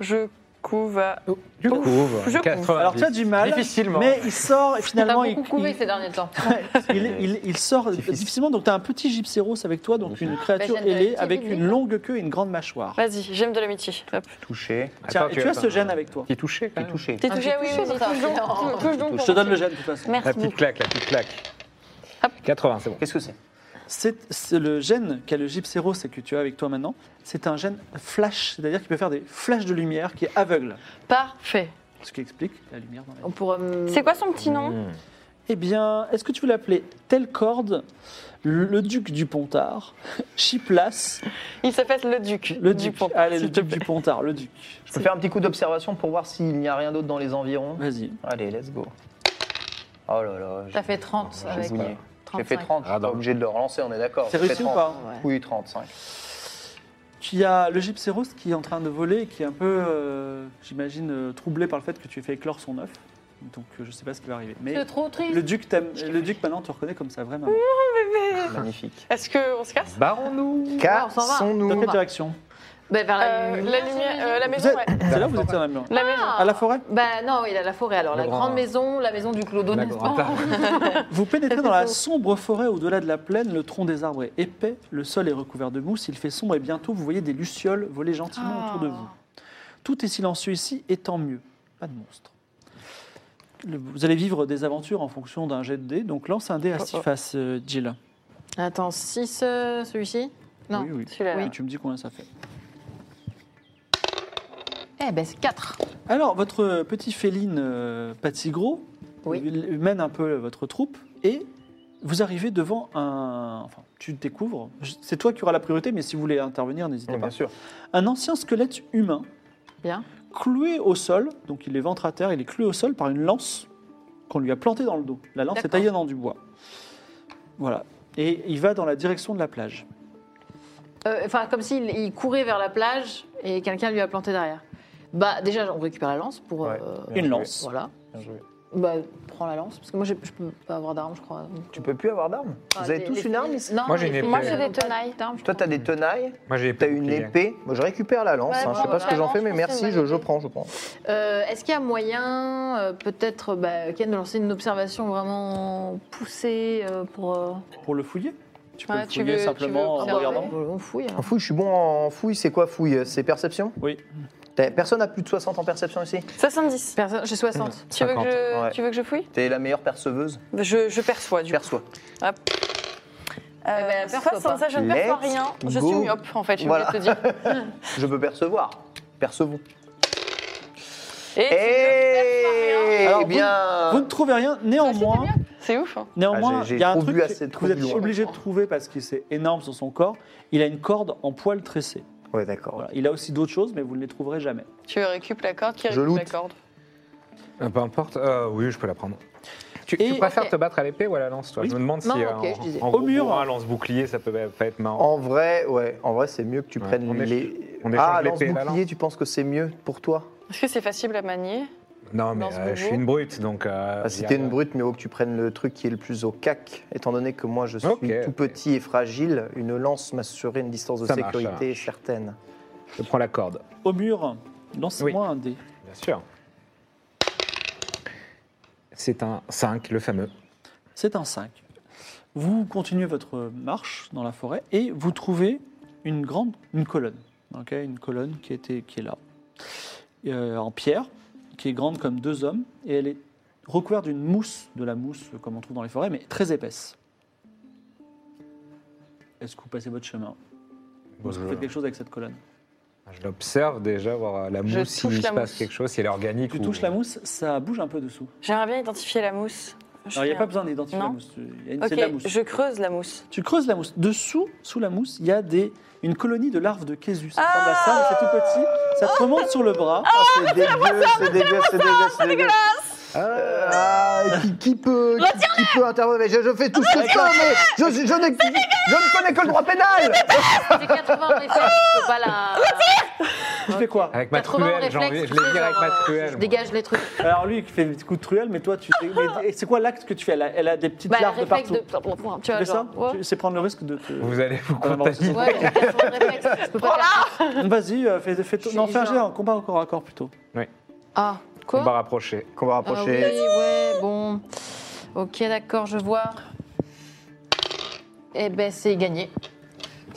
S4: Je couve à...
S2: Je couvre.
S4: je couvre.
S2: 90.
S1: Alors tu as du mal,
S2: Difficilement.
S1: mais il sort et
S3: T'as
S1: finalement il,
S3: beaucoup couvé ces derniers temps.
S1: il, il- il- il sort
S5: Difficile.
S1: difficilement. Donc tu as un petit gypséros avec toi, donc une créature
S4: Bah,
S3: j'aime bien les
S1: ailée
S4: euh,
S3: petits
S1: avec
S3: bébés,
S1: une
S3: quoi.
S1: longue queue et une grande mâchoire.
S4: Vas-y, j'aime de l'amitié. Hop.
S5: Touché.
S1: Tiens,
S2: Attends,
S1: et tu as
S2: un-
S1: ce gène avec toi.
S2: Petit touché, quand
S5: T'es
S2: même.
S5: touché.
S4: T'es
S3: Ah,
S4: touché,
S3: t'es
S4: oui,
S3: touché,
S4: vas-y,
S3: ça,
S4: touche donc.
S3: non.
S4: Touche donc.
S1: Je te
S4: pour
S1: donne le
S4: moi.
S1: gène de toute façon.
S4: Merci
S2: La petite
S4: beaucoup.
S2: claque, la petite claque. 80, c'est bon.
S5: Qu'est-ce que c'est
S1: C'est c'est le gène qu'a le gypséros et que tu as avec toi maintenant. C'est un gène flash, c'est-à-dire qu'il peut faire des flashs de lumière qui est aveugle,
S3: Parfait.
S1: ce qui explique la lumière dans la
S3: On pourra. me-
S4: C'est quoi son petit nom
S2: Mmh.
S1: Eh bien, est-ce que tu veux l'appeler Telcorde, le, le duc du Pontard, Chiplas,
S4: Il s'appelle le duc.
S1: le duc,
S5: Ah.
S4: Dupont,
S1: allez,
S4: s'il
S1: le
S4: te
S1: duc
S4: plaît.
S1: du Pontard, le duc.
S5: Je peux faire un petit coup d'observation pour voir s'il n'y a rien d'autre dans les environs.
S1: Vas-y.
S5: Allez, let's go. Oh là là. j'ai-
S3: T'as fait 30
S5: j'ai
S3: avec. euh,
S5: zouillé. J'ai
S3: 35.
S5: fait 30, je suis
S2: Ah,
S5: pas
S2: non.
S5: obligé de le relancer, on est d'accord.
S1: C'est
S5: J'ai fait
S1: réussi ou
S5: 30.
S1: pas
S3: Ouais.
S5: Oui, 35.
S1: Il y a le gypséros qui est en train de voler et qui est un peu, euh, j'imagine, euh, troublé par le fait que tu aies fait éclore son œuf. Donc euh, je sais pas ce qui va arriver. Mais
S3: C'est trop triste.
S1: le duc, t'aime- le duc maintenant te reconnaît comme sa vraie maman.
S5: Magnifique.
S4: Est-ce qu'on se casse
S2: Barrons-nous.
S3: on s'en va.
S1: Dans
S5: Cassons-nous.
S1: quelle direction
S3: Bah, vers la
S4: Euh,
S3: lumière.
S4: La lumière, euh, la
S1: Vous
S4: maison,
S1: êtes-
S4: ouais. Ah.
S1: C'est là où vous étiez dans la maison.
S4: La maison.
S1: À la forêt
S3: Bah non, il a la forêt alors.
S2: Le
S3: la
S2: grand-
S3: grande maison, la maison du Clodo,
S2: La
S3: n'est-ce
S2: grande
S3: pas
S1: Vous pénétrez dans la sombre forêt au-delà de la plaine, le tronc des arbres est épais, le sol est recouvert de mousse, il fait sombre et bientôt vous voyez des lucioles voler gentiment autour de vous. Tout est silencieux ici et tant mieux, pas de monstres. Le- Vous allez vivre des aventures en fonction d'un jet de dés, donc lance un dé à six faces, euh, Jill.
S3: Attends, 6 celui-ci Non.
S1: Oui, oui.
S4: Celui-là.
S1: Et tu me dis combien ça fait.
S3: Eh ben c'est 4.
S1: Alors, votre petit féline euh, Patigro
S3: Oui.
S1: il mène un peu votre troupe et vous arrivez devant un. Enfin, tu découvres. je- C'est toi qui auras la priorité, mais si vous voulez intervenir, n'hésitez
S5: Oui,
S1: pas.
S5: bien sûr.
S1: Un ancien squelette humain
S3: Bien.
S1: cloué au sol, donc il est ventre à terre, il est cloué au sol par une lance qu'on lui a plantée dans le dos. La lance est
S3: D'accord.
S1: taillée dans du bois. Voilà. Et il va dans la direction de la plage.
S3: Euh, Enfin, comme s'il il courait vers la plage et quelqu'un lui a planté derrière. Bah, déjà, on récupère la lance pour.
S5: Ouais.
S3: euh,
S5: Bien
S1: Une
S5: joué.
S1: lance.
S3: Voilà.
S5: Bien joué.
S3: Bah, prends la lance, parce que moi, j'ai- je peux pas avoir d'arme, je crois. donc,
S5: Tu
S3: euh,
S5: peux plus avoir d'arme
S3: ah,
S5: Vous avez
S3: les-
S5: tous
S3: les
S5: une arme
S3: filles-
S5: ici
S3: Non,
S2: Moi, j'ai
S3: les
S2: une
S3: filles,
S2: épée.
S3: elles
S6: Moi, j'ai
S3: ont
S6: des
S3: pas de
S6: tenailles.
S3: d'armes, je
S5: Toi,
S3: crois.
S5: t'as des tenailles,
S2: Moi, j'ai
S5: t'as
S2: pas
S5: une
S2: plié.
S5: épée. Moi, je récupère la lance,
S6: Ouais,
S5: hein. je sais
S6: moi,
S5: pas ce que j'en
S6: vraiment,
S5: fais, mais
S6: je pense que c'est
S5: merci,
S6: une
S5: je,
S6: bonne
S5: je
S6: idée.
S5: prends, je prends.
S3: Euh, Est-ce qu'il y a moyen, euh, peut-être, bah, Ken, de lancer une observation vraiment poussée euh, pour. euh,
S1: Pour le fouiller Tu peux
S4: Ouais,
S1: le
S4: tu
S1: fouiller
S4: veux- tu veux
S1: simplement en
S4: observer
S1: regardant.
S3: bah, On fouille. alors.
S5: En fouille, je suis bon en fouille, c'est quoi fouille Euh, C'est perception
S1: Oui.
S5: T'as- Personne n'a plus de 60 en perception ici
S4: 70.
S3: Personne- J'ai 60.
S4: Tu veux, que
S2: 50,
S4: je,
S5: ouais.
S4: tu veux que je fouille
S5: T'es la meilleure perceveuse
S4: Bah, je, je perçois, du coup.
S5: Perçois.
S4: Euh,
S3: Eh ben, elle perçoit
S4: soixante,
S3: pas.
S4: ça, je ne
S5: Let's
S4: perçois rien. Je
S5: go.
S4: suis myope, en fait, je
S5: Voilà.
S4: voulais te dire.
S5: Je peux percevoir. Percevons.
S4: Et
S5: Eh
S1: Alors, vous-
S5: bien
S1: Vous ne trouvez rien, néanmoins,
S4: c'est ouf. hein.
S1: néanmoins,
S5: Ah, j'ai-
S1: il
S5: j'ai
S1: y a un
S5: trop
S1: truc
S5: vu
S1: que-
S5: assez-
S1: que
S5: trop
S1: vous êtes
S5: vu, ouais.
S1: obligé de trouver parce que c'est énorme sur son corps. Il a une corde en poil tressé.
S5: Ouais, d'accord.
S1: Voilà. Il a aussi d'autres choses, mais vous ne les trouverez jamais.
S4: Tu récupères la corde, qui
S5: Je
S4: récupère la
S5: loot.
S4: corde
S2: Euh, Peu importe. Euh, oui, je peux la prendre. Tu,
S1: Et-
S2: tu préfères
S3: ok.
S2: te battre à l'épée ou à la lance, toi
S1: Oui.
S2: Je me demande
S3: Non,
S2: si euh,
S3: ok, je disais.
S2: en, en
S1: Au
S2: gros
S1: mur.
S2: bourrin, lance-bouclier, ça peut pas être marrant.
S5: En vrai, ouais, en vrai, c'est mieux que tu
S2: Ouais,
S5: prennes
S2: on éche-
S5: les.
S2: on échange
S5: ah,
S2: l'épée et la
S5: lance-bouclier,
S2: lance.
S5: tu penses que c'est mieux pour toi
S4: Est-ce que c'est facile à manier
S2: Non, mais
S4: Lance
S2: euh, je suis
S4: bobo.
S2: une brute, donc... Euh,
S5: Ah, Si
S2: y a-
S5: t'es une brute, mieux vaut que tu prennes le truc qui est le plus au cac. Étant donné que moi, je suis
S2: Ok,
S5: tout
S2: ok.
S5: petit et fragile, une lance m'assurerait une distance de
S2: Ça marche, ça
S5: sécurité certaine. Ah,
S2: Je prends la corde.
S1: Au mur, lancez-moi un dé.
S2: Bien sûr. C'est un 5, le fameux.
S1: C'est un 5. Vous continuez votre marche dans la forêt et vous trouvez une grande une colonne. ok, une colonne qui, était, qui est là, euh, en pierre, qui est grande comme deux hommes et elle est recouverte d'une mousse, de la mousse euh, comme on trouve dans les forêts, mais très épaisse. Est-ce que vous passez votre chemin Ou Est-ce que vous faites quelque chose avec cette colonne
S2: Je l'observe déjà, voir euh, la
S4: Je
S2: mousse, s'il
S4: touche
S2: se
S4: la
S2: passe
S4: mousse.
S2: quelque chose, si elle est organique
S1: Tu
S2: ou...
S1: touches la mousse, ça bouge un peu dessous.
S4: J'aimerais bien identifier la mousse. Je
S1: Alors il n'y a
S4: fais
S1: pas
S4: un-
S1: besoin d'identifier la
S4: Non.
S1: mousse. Il y a une- c'est de la
S4: Ok,
S1: mousse.
S4: je creuse la mousse.
S1: Tu creuses la mousse. Dessous, sous la mousse, il y a des, une colonie de larves de Késus. Ça ressemble à ça, mais c'est tout petit. Ça te remonte sur le bras.
S5: Ah, c'est dégueu, c'est dégueu, c'est dégueu, c'est dégueu. Euh, ah, qui, qui peut, qui, qui peut intervenir Mais je, je fais tout ce que je peux, mais je, je, je, n'ai- je ne connais que le droit pénal Hmm.
S3: J'ai 80 en réflexe, je peux pas la.
S1: Tu fais quoi
S2: Avec ma
S3: 80 en
S2: truelle, j'ai envie-
S3: réflexe,
S2: je
S3: tu
S2: l'ai
S3: sais,
S2: dit avec
S3: genre,
S2: ma
S3: euh,
S2: truelle.
S3: Je
S2: moi.
S3: dégage les trucs.
S1: Alors lui, il fait des coups de truelle, mais toi, tu. mais C'est quoi l'acte que tu fais elle a, elle a des petites
S3: Bah,
S1: larves de
S3: réflexe
S1: partout.
S3: de. Tu
S1: Tu
S3: vois,
S1: fais ça
S3: genre. ouais.
S1: Tu- C'est prendre le risque de te.
S2: Vous allez vous
S1: Ah, non, non, c'est
S2: contaminer.
S1: bon.
S3: Ouais, j'ai 80 de réflexe, je peux pas faire.
S1: Vas-y, euh, fais, fais
S3: Je
S1: non,
S3: suis
S1: fais un jet
S3: genre-
S1: en combat au corps à corps plutôt.
S3: Ah,
S2: On va
S3: quoi
S2: rapprocher.
S5: Qu'on va
S3: Ah oui,
S5: rapprocher.
S3: ouais, bon. Ok, d'accord, je vois. Eh ben, c'est gagné.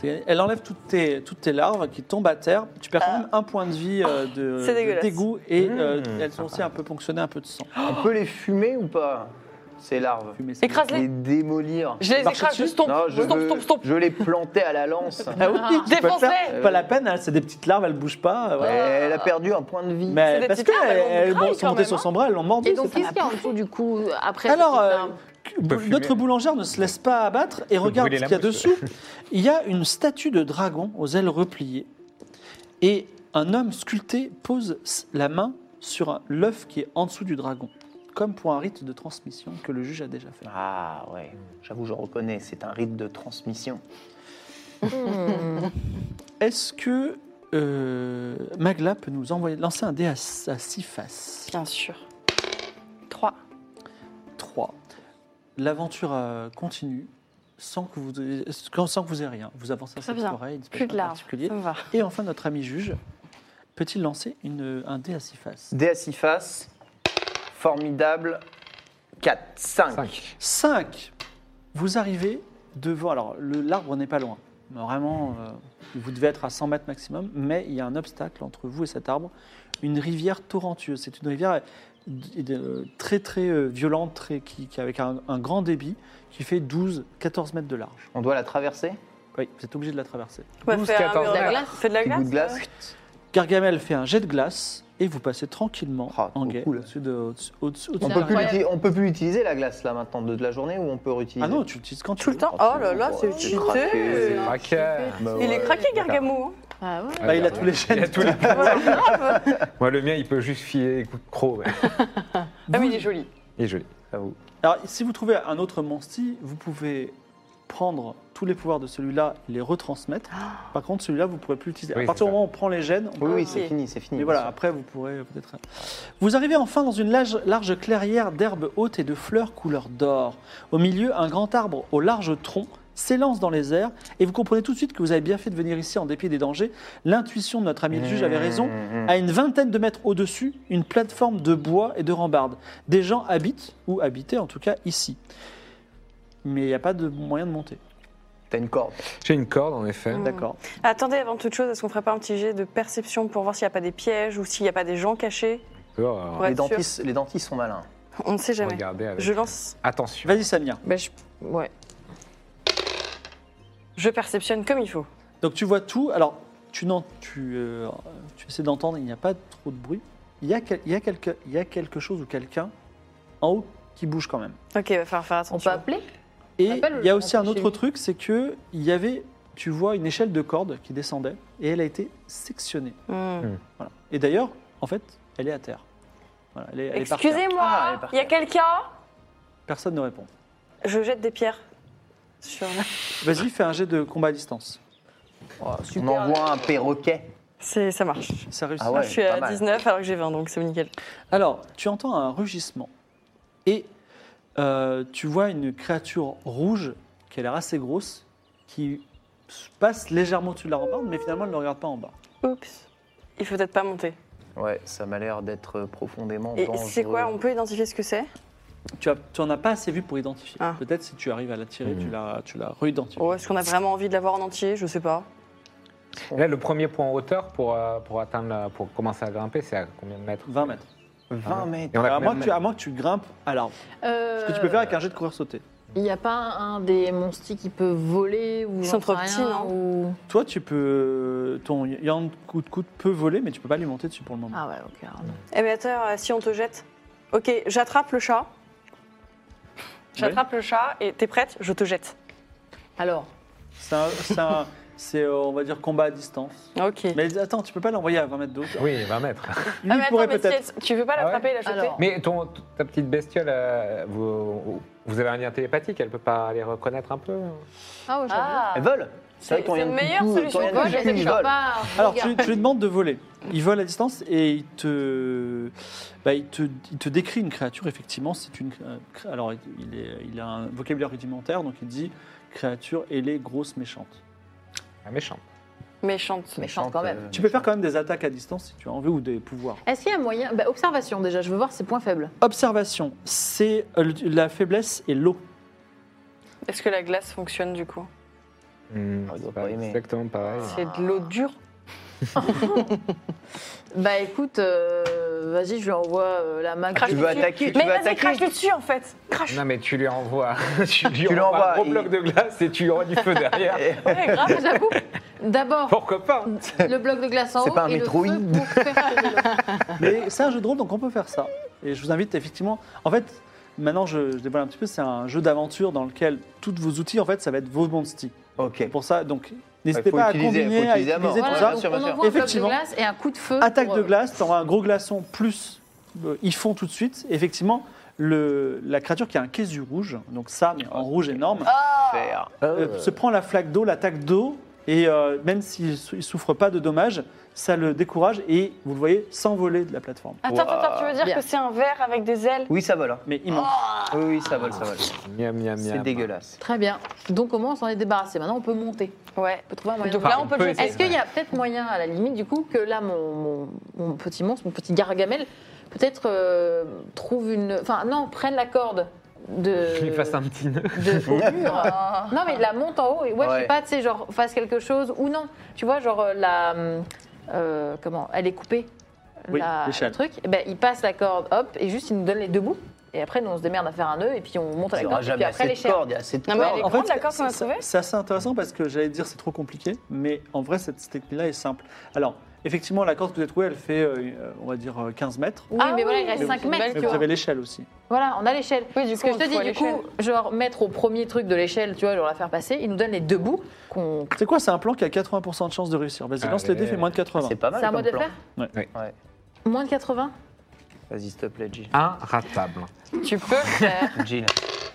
S1: C'est- Elle enlève toutes tes, toutes tes larves qui tombent à terre. Tu perds quand même un point de vie euh, de,
S4: Ah. Oh, C'est
S1: de
S4: dégueulasse.
S1: dégoût et
S2: Mmh.
S1: euh, elles sont aussi un peu ponctionnées, un peu de sang.
S5: On peut les fumer ou pas Ces larves.
S1: Fumée, c'est-
S4: Écrase-les.
S5: Les démolir.
S4: Je les
S1: Marche
S4: écrase, je
S1: dessus
S4: stompe.
S5: Non, je,
S4: Stomp,
S5: veux-
S4: stomp, stomp.
S5: je les plantais à la lance. Euh,
S1: Ah oui, tu peux le faire.
S4: Défonce-les.
S1: Pas la peine, hein, c'est des petites larves, elles bougent pas. euh, voilà.
S5: Elle a perdu un point de vie.
S1: Mais
S4: C'est des
S1: parce
S4: petites larves,
S1: qu'elles
S4: elles vont craindre,
S1: sont
S4: quand
S1: montées
S4: même,
S1: sur
S4: hein.
S1: son bras, elles l'ont mordu.
S3: Et
S1: c'est
S3: donc,
S1: tout.
S3: qu'est-ce qu'il y a en dessous, du coup, après
S1: Alors,
S3: cette
S1: euh,
S3: arme
S1: bou-
S2: fumer.
S1: notre boulangère ne se laisse pas abattre et regarde ce
S2: brûler
S1: qu'il
S2: la
S1: y a
S2: mousse.
S1: dessous. Il y a une statue de dragon aux ailes repliées et un homme sculpté pose s- la main sur un- l'œuf qui est en dessous du dragon, comme pour un rite de transmission que le juge a déjà fait.
S5: Ah ouais, j'avoue, je reconnais, c'est un rite de transmission.
S1: Est-ce que euh, Magla peut nous envoyer lancer un dé à, s- à six faces
S4: Bien sûr. 3.
S1: 3. L'aventure euh, continue sans que vous euh, sans sans que vous ayez rien. Vous avancez à
S4: Très
S1: cette
S4: bien.
S1: forêt, il disparaît
S4: Plus de
S1: pas
S4: larves.
S1: particulier.
S4: Ça me va.
S1: Et enfin, notre ami juge peut-il lancer une, un dé à six faces
S5: Dé à six faces, formidable. 4, 5.
S2: 5.
S1: 5. Vous arrivez devant. Alors, le- l'arbre n'est pas loin. Mais Vraiment, euh, vous devez être à 100 mètres maximum, mais il y a un obstacle entre vous et cet arbre. Une rivière torrentueuse. C'est une rivière euh, d- d- euh, très très euh, violente, très, qui, qui- avec un, un grand débit, qui fait 12-14 mètres de large.
S5: On doit la traverser
S1: Oui, vous êtes obligé de la traverser.
S4: On va
S2: 12,
S4: faire un
S2: 14.
S4: mur
S3: De la
S4: de
S3: glace.
S4: Fais de la
S5: Petit
S4: glace.
S5: bout de glace.
S4: ouais.
S1: Gargamel fait un jet de glace et vous passez tranquillement
S5: Ah, trop
S1: en guet
S5: cool.
S1: au-dessus de, au-dessus- au-dessus-
S5: On
S1: au-dessus
S5: peut,
S1: de
S5: plus
S1: la-
S3: incroyable.
S5: l'uti- on peut plus utiliser la glace là maintenant de de la journée ou on peut réutiliser
S1: Ah non, tu l'utilises quand tu
S4: Tout le
S1: veux.
S4: temps. Oh là là,
S5: Oh,
S4: c'est
S5: c'est
S4: cheaté.
S2: oh,
S5: craqué.
S2: Craquer.
S5: Bah
S4: Il
S5: ouais.
S4: est craqué, Gargamou. hein.
S3: Ah ouais.
S1: Bah, il a tous les chaînes.
S2: Il a tous les-
S4: Ouais, grave.
S2: Moi, le mien, il peut juste filer les coups de croc. ouais.
S4: Ah oui, il est joli.
S2: Il est joli, j'avoue.
S1: Alors, si vous trouvez un autre monstie, vous pouvez prendre tous les pouvoirs de celui-là et les retransmettre.
S4: Ah.
S1: Par contre, celui-là, vous ne pourrez plus l'utiliser.
S2: Oui,
S1: à partir
S2: c'est
S1: du moment où on prend les gènes, on
S5: Oui, oui,
S4: Ok.
S5: c'est fini, c'est fini.
S1: Mais voilà, après, vous pourrez peut-être. Vous arrivez enfin dans une large, large clairière d'herbes hautes et de fleurs couleur d'or. Au milieu, un grand arbre au large tronc s'élance dans les airs et vous comprenez tout de suite que vous avez bien fait de venir ici en dépit des dangers. L'intuition de notre ami le juge avait raison.
S5: Mmh,
S1: À une vingtaine de mètres au-dessus, une plateforme de bois et de rambardes. Des gens habitent, ou habitaient en tout cas, ici. Mais il n'y a pas de moyen de monter.
S5: T'as une corde.
S2: J'ai une corde, en
S4: Mm.
S2: effet.
S1: D'accord.
S4: Attendez, avant toute chose, est-ce qu'on ferait pas un petit jet de perception pour voir s'il n'y a pas des pièges ou s'il n'y a pas des gens cachés
S2: Alors,
S4: Ouais.
S5: Les
S4: être sûr.
S5: dentistes, les dentistes sont malins.
S4: On ne sait jamais.
S2: Regardez euh, avec
S4: Je lance,
S2: attention.
S1: Vas-y, Samir.
S3: Bah, je- Ouais.
S4: je perceptionne comme il faut.
S1: Donc tu vois tout. Alors tu, n'en- tu, euh, tu essaies d'entendre, il n'y a pas trop de bruit. Il y a, quel- il y a quelque, il y a quelque chose ou quelqu'un en haut qui bouge quand même.
S4: Ok, va falloir faire
S3: On peut
S4: attention.
S3: appeler
S1: Et
S3: Appelle le
S1: il y a
S3: gens
S1: aussi un
S3: chez
S1: autre
S3: lui.
S1: truc, c'est que il y avait, tu vois, une échelle de corde qui descendait et elle a été sectionnée.
S4: Hmm.
S1: Voilà. Et d'ailleurs, en fait, elle est à terre. Voilà, elle est- elle est par terre.
S5: Ah, elle est
S4: Excusez-moi,
S5: par
S4: il y a quelqu'un
S1: Personne ne répond.
S4: Je jette des pierres. Sur...
S1: Vas-y, fais un jet de combat à distance.
S5: On envoie un perroquet.
S4: C'est- Ça marche.
S1: Ça réussit.
S5: Ah ouais.
S4: je suis
S5: pas
S4: à
S5: mal.
S4: 19 alors que j'ai 20, donc c'est nickel.
S1: Alors, tu entends un rugissement et euh, tu vois une créature rouge qui a l'air assez grosse qui passe légèrement au-dessus de la rambarde, mais finalement elle ne regarde pas en bas.
S4: Oups. Il faut peut-être pas monter.
S5: Ouais, ça m'a l'air d'être euh, profondément
S4: Et
S5: dangereux.
S4: c'est quoi On peut identifier ce que c'est
S1: Tu as- tu en as pas assez vu pour identifier.
S4: Ah.
S1: Peut-être si tu arrives à la tirer,
S2: Hmm.
S1: tu la, tu la réidentifies.
S4: Oh, Est-ce qu'on a vraiment envie de l'avoir en entier Je sais pas.
S2: Là, le premier point en hauteur pour, euh, pour, atteindre la- pour commencer à grimper, c'est à combien de mètres
S1: 20 mètres.
S5: 20 mètres.
S2: Et on a
S1: Alors, à,
S2: combien
S1: moins
S2: de
S1: que tu,
S2: mètres
S1: à moins que tu grimpes à l'arbre.
S3: Euh,
S1: Ce que tu peux faire avec un jet de courir sauter.
S3: Il n'y a pas un des monstres qui peut voler ou.
S4: Ils
S3: j'en
S4: sont trop
S3: sais
S4: petits,
S3: rien,
S4: non
S3: ou...
S1: Toi, tu peux. Ton Yan coup de coude peut voler, mais tu peux pas lui monter dessus pour le moment.
S3: Ah ouais, ok. alors non.
S4: Eh bien, attends, euh, si on te jette. Ok, j'attrape le chat. J'attrape le chat et t'es prête Je te jette.
S3: Alors,
S1: C'est, un- c'est un- c'est, euh, on va dire, combat à distance.
S4: Ok. Ah,
S1: Mais attends, tu peux pas l'envoyer à 20 mètres d'eau.
S3: Ah,
S2: Oui, 20 mètres.
S1: Lui pourrait peut-être.
S4: tu veux pas
S2: Ah ouais
S4: l'attraper et la jeter
S3: Alors.
S2: Mais ton, ta petite bestiole, euh, vous, vous avez un lien télépathique, elle peut pas les reconnaître un peu
S3: ah ouais, j'avoue.
S4: Ah
S5: Elles volent.
S4: C'est-
S5: quand il y a
S4: c'est
S5: une
S4: une meilleure
S5: coucou-
S4: solution.
S5: quand il y a une
S3: Moi,
S4: Moi,
S3: je
S4: j'ai
S5: coucou,
S3: sais
S5: ils
S3: que je peux
S5: volent.
S3: pas.
S1: Alors,
S3: regarder.
S1: tu, tu lui demandes de voler. Il vole à distance et il te, bah, il te, il te décrit une créature, effectivement. C'est une, euh, cré- alors, il, est- il a un vocabulaire rudimentaire, donc il dit créature ailée, grosse, méchante.
S2: Ah, Méchant.
S4: Méchante.
S3: Méchante quand même.
S5: Euh,
S1: Tu peux faire quand même des attaques à distance si tu as envie ou des pouvoirs.
S3: Est-ce qu'il y a moyen. Bah, observation déjà, je veux voir ses points faibles.
S1: Observation c'est euh, la faiblesse et l'eau.
S4: Est-ce que la glace fonctionne du coup
S2: Hmm,
S5: Ah, il doit
S2: c'est
S5: pas
S2: pas
S5: aimer.
S2: exactement pareil.
S4: C'est de l'eau dure
S3: Bah écoute, euh, vas-y, je lui envoie euh, la main.
S4: Crache
S5: Tu veux
S4: dessus.
S5: attaquer, tu
S4: Mais
S5: veux
S4: vas-y,
S5: attaquer.
S4: crache dessus en fait Crache
S2: Non, mais tu lui envoies, tu lui
S5: Tu lui
S2: envoies
S5: envoies,
S2: un gros
S5: il-
S2: bloc de glace et tu lui envoies du feu derrière.
S5: Et-
S4: Ouais, grave.
S3: Ah, J'avoue. D'abord,
S2: Pourquoi pas
S3: le bloc de glace en
S5: C'est
S3: haut
S5: pas un
S3: et le feu
S5: métroïde.
S3: pour faire chauffer l'eau.
S1: Mais c'est un jeu de rôle, donc on peut faire ça. Et je vous invite effectivement. En fait, maintenant je, je dévoile un petit peu. C'est un jeu d'aventure dans lequel tous vos outils, en fait, ça va être vos monsties.
S5: Ok.
S1: C'est pour ça, donc
S5: Ouais,
S1: n'hésitez
S5: faut
S1: pas à
S5: utiliser-
S1: combiner,
S5: faut
S1: à
S5: utiliser à mort.
S1: utiliser tout
S3: Voilà,
S1: ça.
S5: bien
S3: donc
S5: sûr,
S3: on
S5: bien sûr.
S3: envoie un bloc de
S1: Effectivement.
S3: glace et un coup de feu.
S1: Attaque
S3: pour,
S1: de
S3: euh,
S1: glace, t'auras un gros glaçon plus euh, ils font tout de suite. Effectivement, le, la créature qui a un casu rouge, donc ça, mais en rouge énorme,
S3: Ah.
S5: Faire.
S1: euh, se prend la flaque d'eau, l'attaque d'eau, et euh, même s'il sou- il souffre pas de dommages, ça le décourage et vous le voyez s'envoler de la plateforme.
S4: Attends, attends, tu veux dire
S3: Bien.
S4: que c'est un verre avec des ailes
S5: Oui, ça vole. hein.
S1: Mais immense.
S5: Oui, oui, ça vole, ça vole.
S2: Miam, miam, miam.
S5: C'est dégueulasse.
S3: Très bien. Donc au moins, on s'en est débarrassé. Maintenant, on peut monter.
S4: Ouais.
S3: On peut trouver un moyen.
S4: Donc
S3: de-
S4: là,
S2: on
S4: on peut
S2: peut
S4: le jeter.
S3: Est-ce qu'il y a peut-être moyen, à la limite, du coup, que là, mon, mon- mon petit monstre, mon petit gargamel, peut-être euh, trouve une. Enfin, non, prenne la corde de.
S2: Qu'il fasse un petit nœud.
S3: de au mur. non, mais la monte en haut et ouais, je
S5: Ouais.
S3: sais pas, tu sais, genre, fasse quelque chose ou non. Tu vois, genre, euh, la. hum, euh, comment Elle est coupée.
S1: Oui,
S3: la- Eh
S1: l'échelle.
S3: le truc. Et ben, il passe la corde, hop, et juste, il nous donne les deux bouts. Et après, nous, on se démerde à faire un nœud et puis on monte à la
S5: Il aura
S3: corde. Et puis
S5: jamais
S3: après,
S5: assez
S3: les
S5: de cordes, il y a assez de
S4: Non, mais
S5: cordes.
S4: elle est
S1: En
S4: grande,
S1: fait,
S4: la corde qu'on a
S1: c'est-
S4: trouvée
S1: C'est assez intéressant parce que j'allais dire c'est trop compliqué, mais en vrai, cette, cette technique-là est simple. Alors, effectivement, la corde que vous avez trouvée, elle fait, euh, euh, on va dire, euh, 15 mètres.
S3: Oui,
S4: Ah
S3: mais voilà,
S4: oui,
S3: il
S1: mais
S3: reste
S1: vous-
S3: 5 mètres.
S1: Mais
S3: tu
S1: vous
S3: vois.
S1: avez l'échelle aussi.
S3: Voilà, on a l'échelle.
S4: Oui, du
S3: Ce que
S4: coup,
S3: je
S4: on
S3: te dis,
S4: voit
S3: du
S4: l'échelle.
S3: coup, genre mettre au premier truc de l'échelle, tu vois, genre la faire passer, il nous donne les deux bouts. qu'on-
S5: Ah,
S1: C'est quoi C'est un plan qui a 80% de chance de réussir. Vas-y, lance les
S2: Allez.
S1: dés, fais moins de 80.
S5: C'est pas mal.
S3: C'est à moi de
S5: comme
S3: le
S5: plan.
S3: faire
S5: Ouais.
S3: Moins de 80
S5: Vas-y, s'il te plaît, Gilles.
S2: Un ratable.
S3: Tu peux le faire.
S5: Gilles.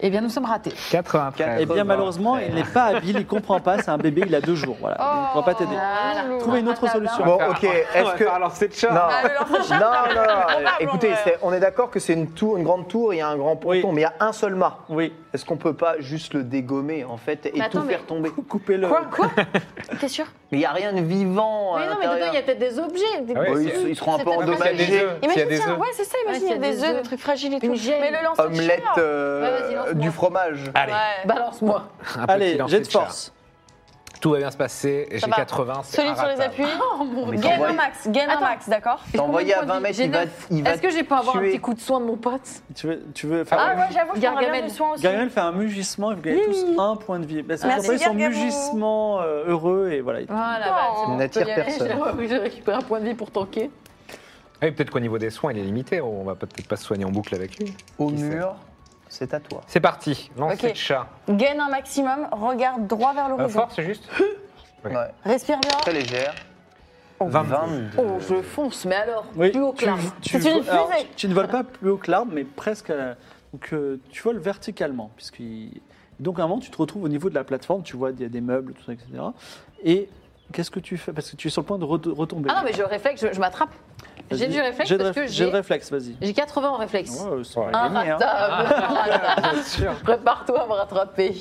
S3: Eh bien, nous sommes ratés.
S2: 93.
S1: Eh bien, malheureusement, il n'est pas habile, il comprend pas, c'est un bébé, il a deux jours. Voilà, il ne pourra pas t'aider.
S4: Ah, Oh,
S3: Voilà.
S1: Trouvez une autre solution.
S5: Bon, ok. Est-ce que.
S2: Ah, Alors, c'est
S5: Non.
S2: chat.
S4: ah,
S5: Non, non, non,
S4: Improbable,
S5: écoutez,
S4: ouais.
S5: c'est- on est d'accord que c'est une, tour, une grande tour, il y a un grand
S1: Oui.
S5: ponton, mais il y a un seul mât.
S4: ah.
S1: Oui,
S5: Est-ce qu'on peut pas juste le dégommer en fait et
S3: Mais attends,
S5: tout
S3: mais-
S5: faire tomber
S1: coupez-le.
S3: Quoi Quoi T'es sûr
S5: Mais il n'y a rien de vivant. à
S3: Mais non, mais dedans,
S5: l'intérieur.
S3: il y a peut-être des objets. des-
S2: Ah ouais,
S5: Bon, ils,
S2: c'est-
S5: ils seront un
S3: c'est
S5: peu
S3: peut-être
S2: S'il y a des
S5: endommagés.
S2: œufs, s'il y a
S4: Imagine,
S2: des
S4: tiens,
S2: œufs.
S4: ouais, c'est ça, imagine,
S3: Ouais,
S4: il y a
S3: s'il
S4: des œufs, des trucs fragiles et tout.
S3: gemme.
S4: Mais le lance
S5: Omelette euh,
S3: Ouais, vas-y, lance-moi.
S5: du fromage.
S2: Allez,
S4: Ouais.
S3: Balance-moi.
S2: un petit
S1: Allez,
S2: lancer
S1: jet de
S2: chat.
S1: force.
S2: Tout va bien se passer. J'ai
S4: va.
S2: 80. c'est
S4: Solide sur les
S2: inratable.
S4: appuis.
S3: Oh mon
S5: Mais
S3: dieu.
S4: Gain
S5: t'envoies-
S4: un max, gain un
S3: Attends.
S4: max, d'accord
S3: Et combien
S5: T'envoyer
S3: de
S5: à
S3: points
S5: 20
S3: de
S5: mètres,
S3: vie
S5: il va,
S3: J'ai neuf.
S5: il va
S3: Est-ce que j'ai pas avoir un
S5: tuer.
S3: petit coup de soin de mon pote
S1: Tu veux, tu veux faire.
S4: Ah ouais, j'avoue, je
S3: Gargamel.
S4: bien du soin aussi.
S1: Gargamel fait un mugissement et vous gagnez tous un point de vie. Parce que
S4: Merci,
S1: vous son
S4: Gargamel.
S1: mugissement euh, heureux et voilà.
S3: Voilà,
S4: Non.
S3: bah, c'est bon.
S5: N'attire
S3: je peux y aller.
S5: personne.
S3: Je récupère un point de vie pour tanker.
S2: Ah oui, peut-être qu'au niveau des soins, il est limité. On va peut-être pas se soigner en boucle avec lui.
S5: au
S2: Qui sait
S5: mur. C'est à toi.
S2: C'est parti. Lancer
S4: Ok.
S2: de chat.
S4: Gain un maximum, regarde droit vers
S2: Euh,
S4: l'horizon.
S2: force, c'est juste Ouais.
S5: Ouais.
S4: Respire bien.
S5: Très légère.
S2: 22.
S5: 22.
S3: Oh, je fonce, mais alors
S1: Oui,
S3: Plus haut que
S1: tu,
S3: l'arbre.
S1: tu,
S4: C'est une
S1: vo- alors,
S4: fusée.
S1: tu- tu ne voles pas plus haut que l'arbre, mais presque. à la- donc euh, tu voles verticalement. Puisqu'il... Donc à un moment, tu te retrouves au niveau de la plateforme, tu vois, il y a des meubles, tout ça, etc. Et qu'est-ce que tu fais Parce que tu es sur le point de re- retomber.
S3: Ah non, mais je réflexe, je, je m'attrape.
S1: Vas-y.
S3: J'ai du réflexe
S1: J'ai de
S3: parce
S1: réf-
S3: que
S1: j'ai de
S3: j'ai
S1: réflexe, vas-y.
S3: j'ai 80 en réflexe.
S1: Ouais, ça va
S3: Un
S1: gagner, hein.
S3: ratable.
S2: Bien sûr.
S3: Prépare-toi à me rattraper.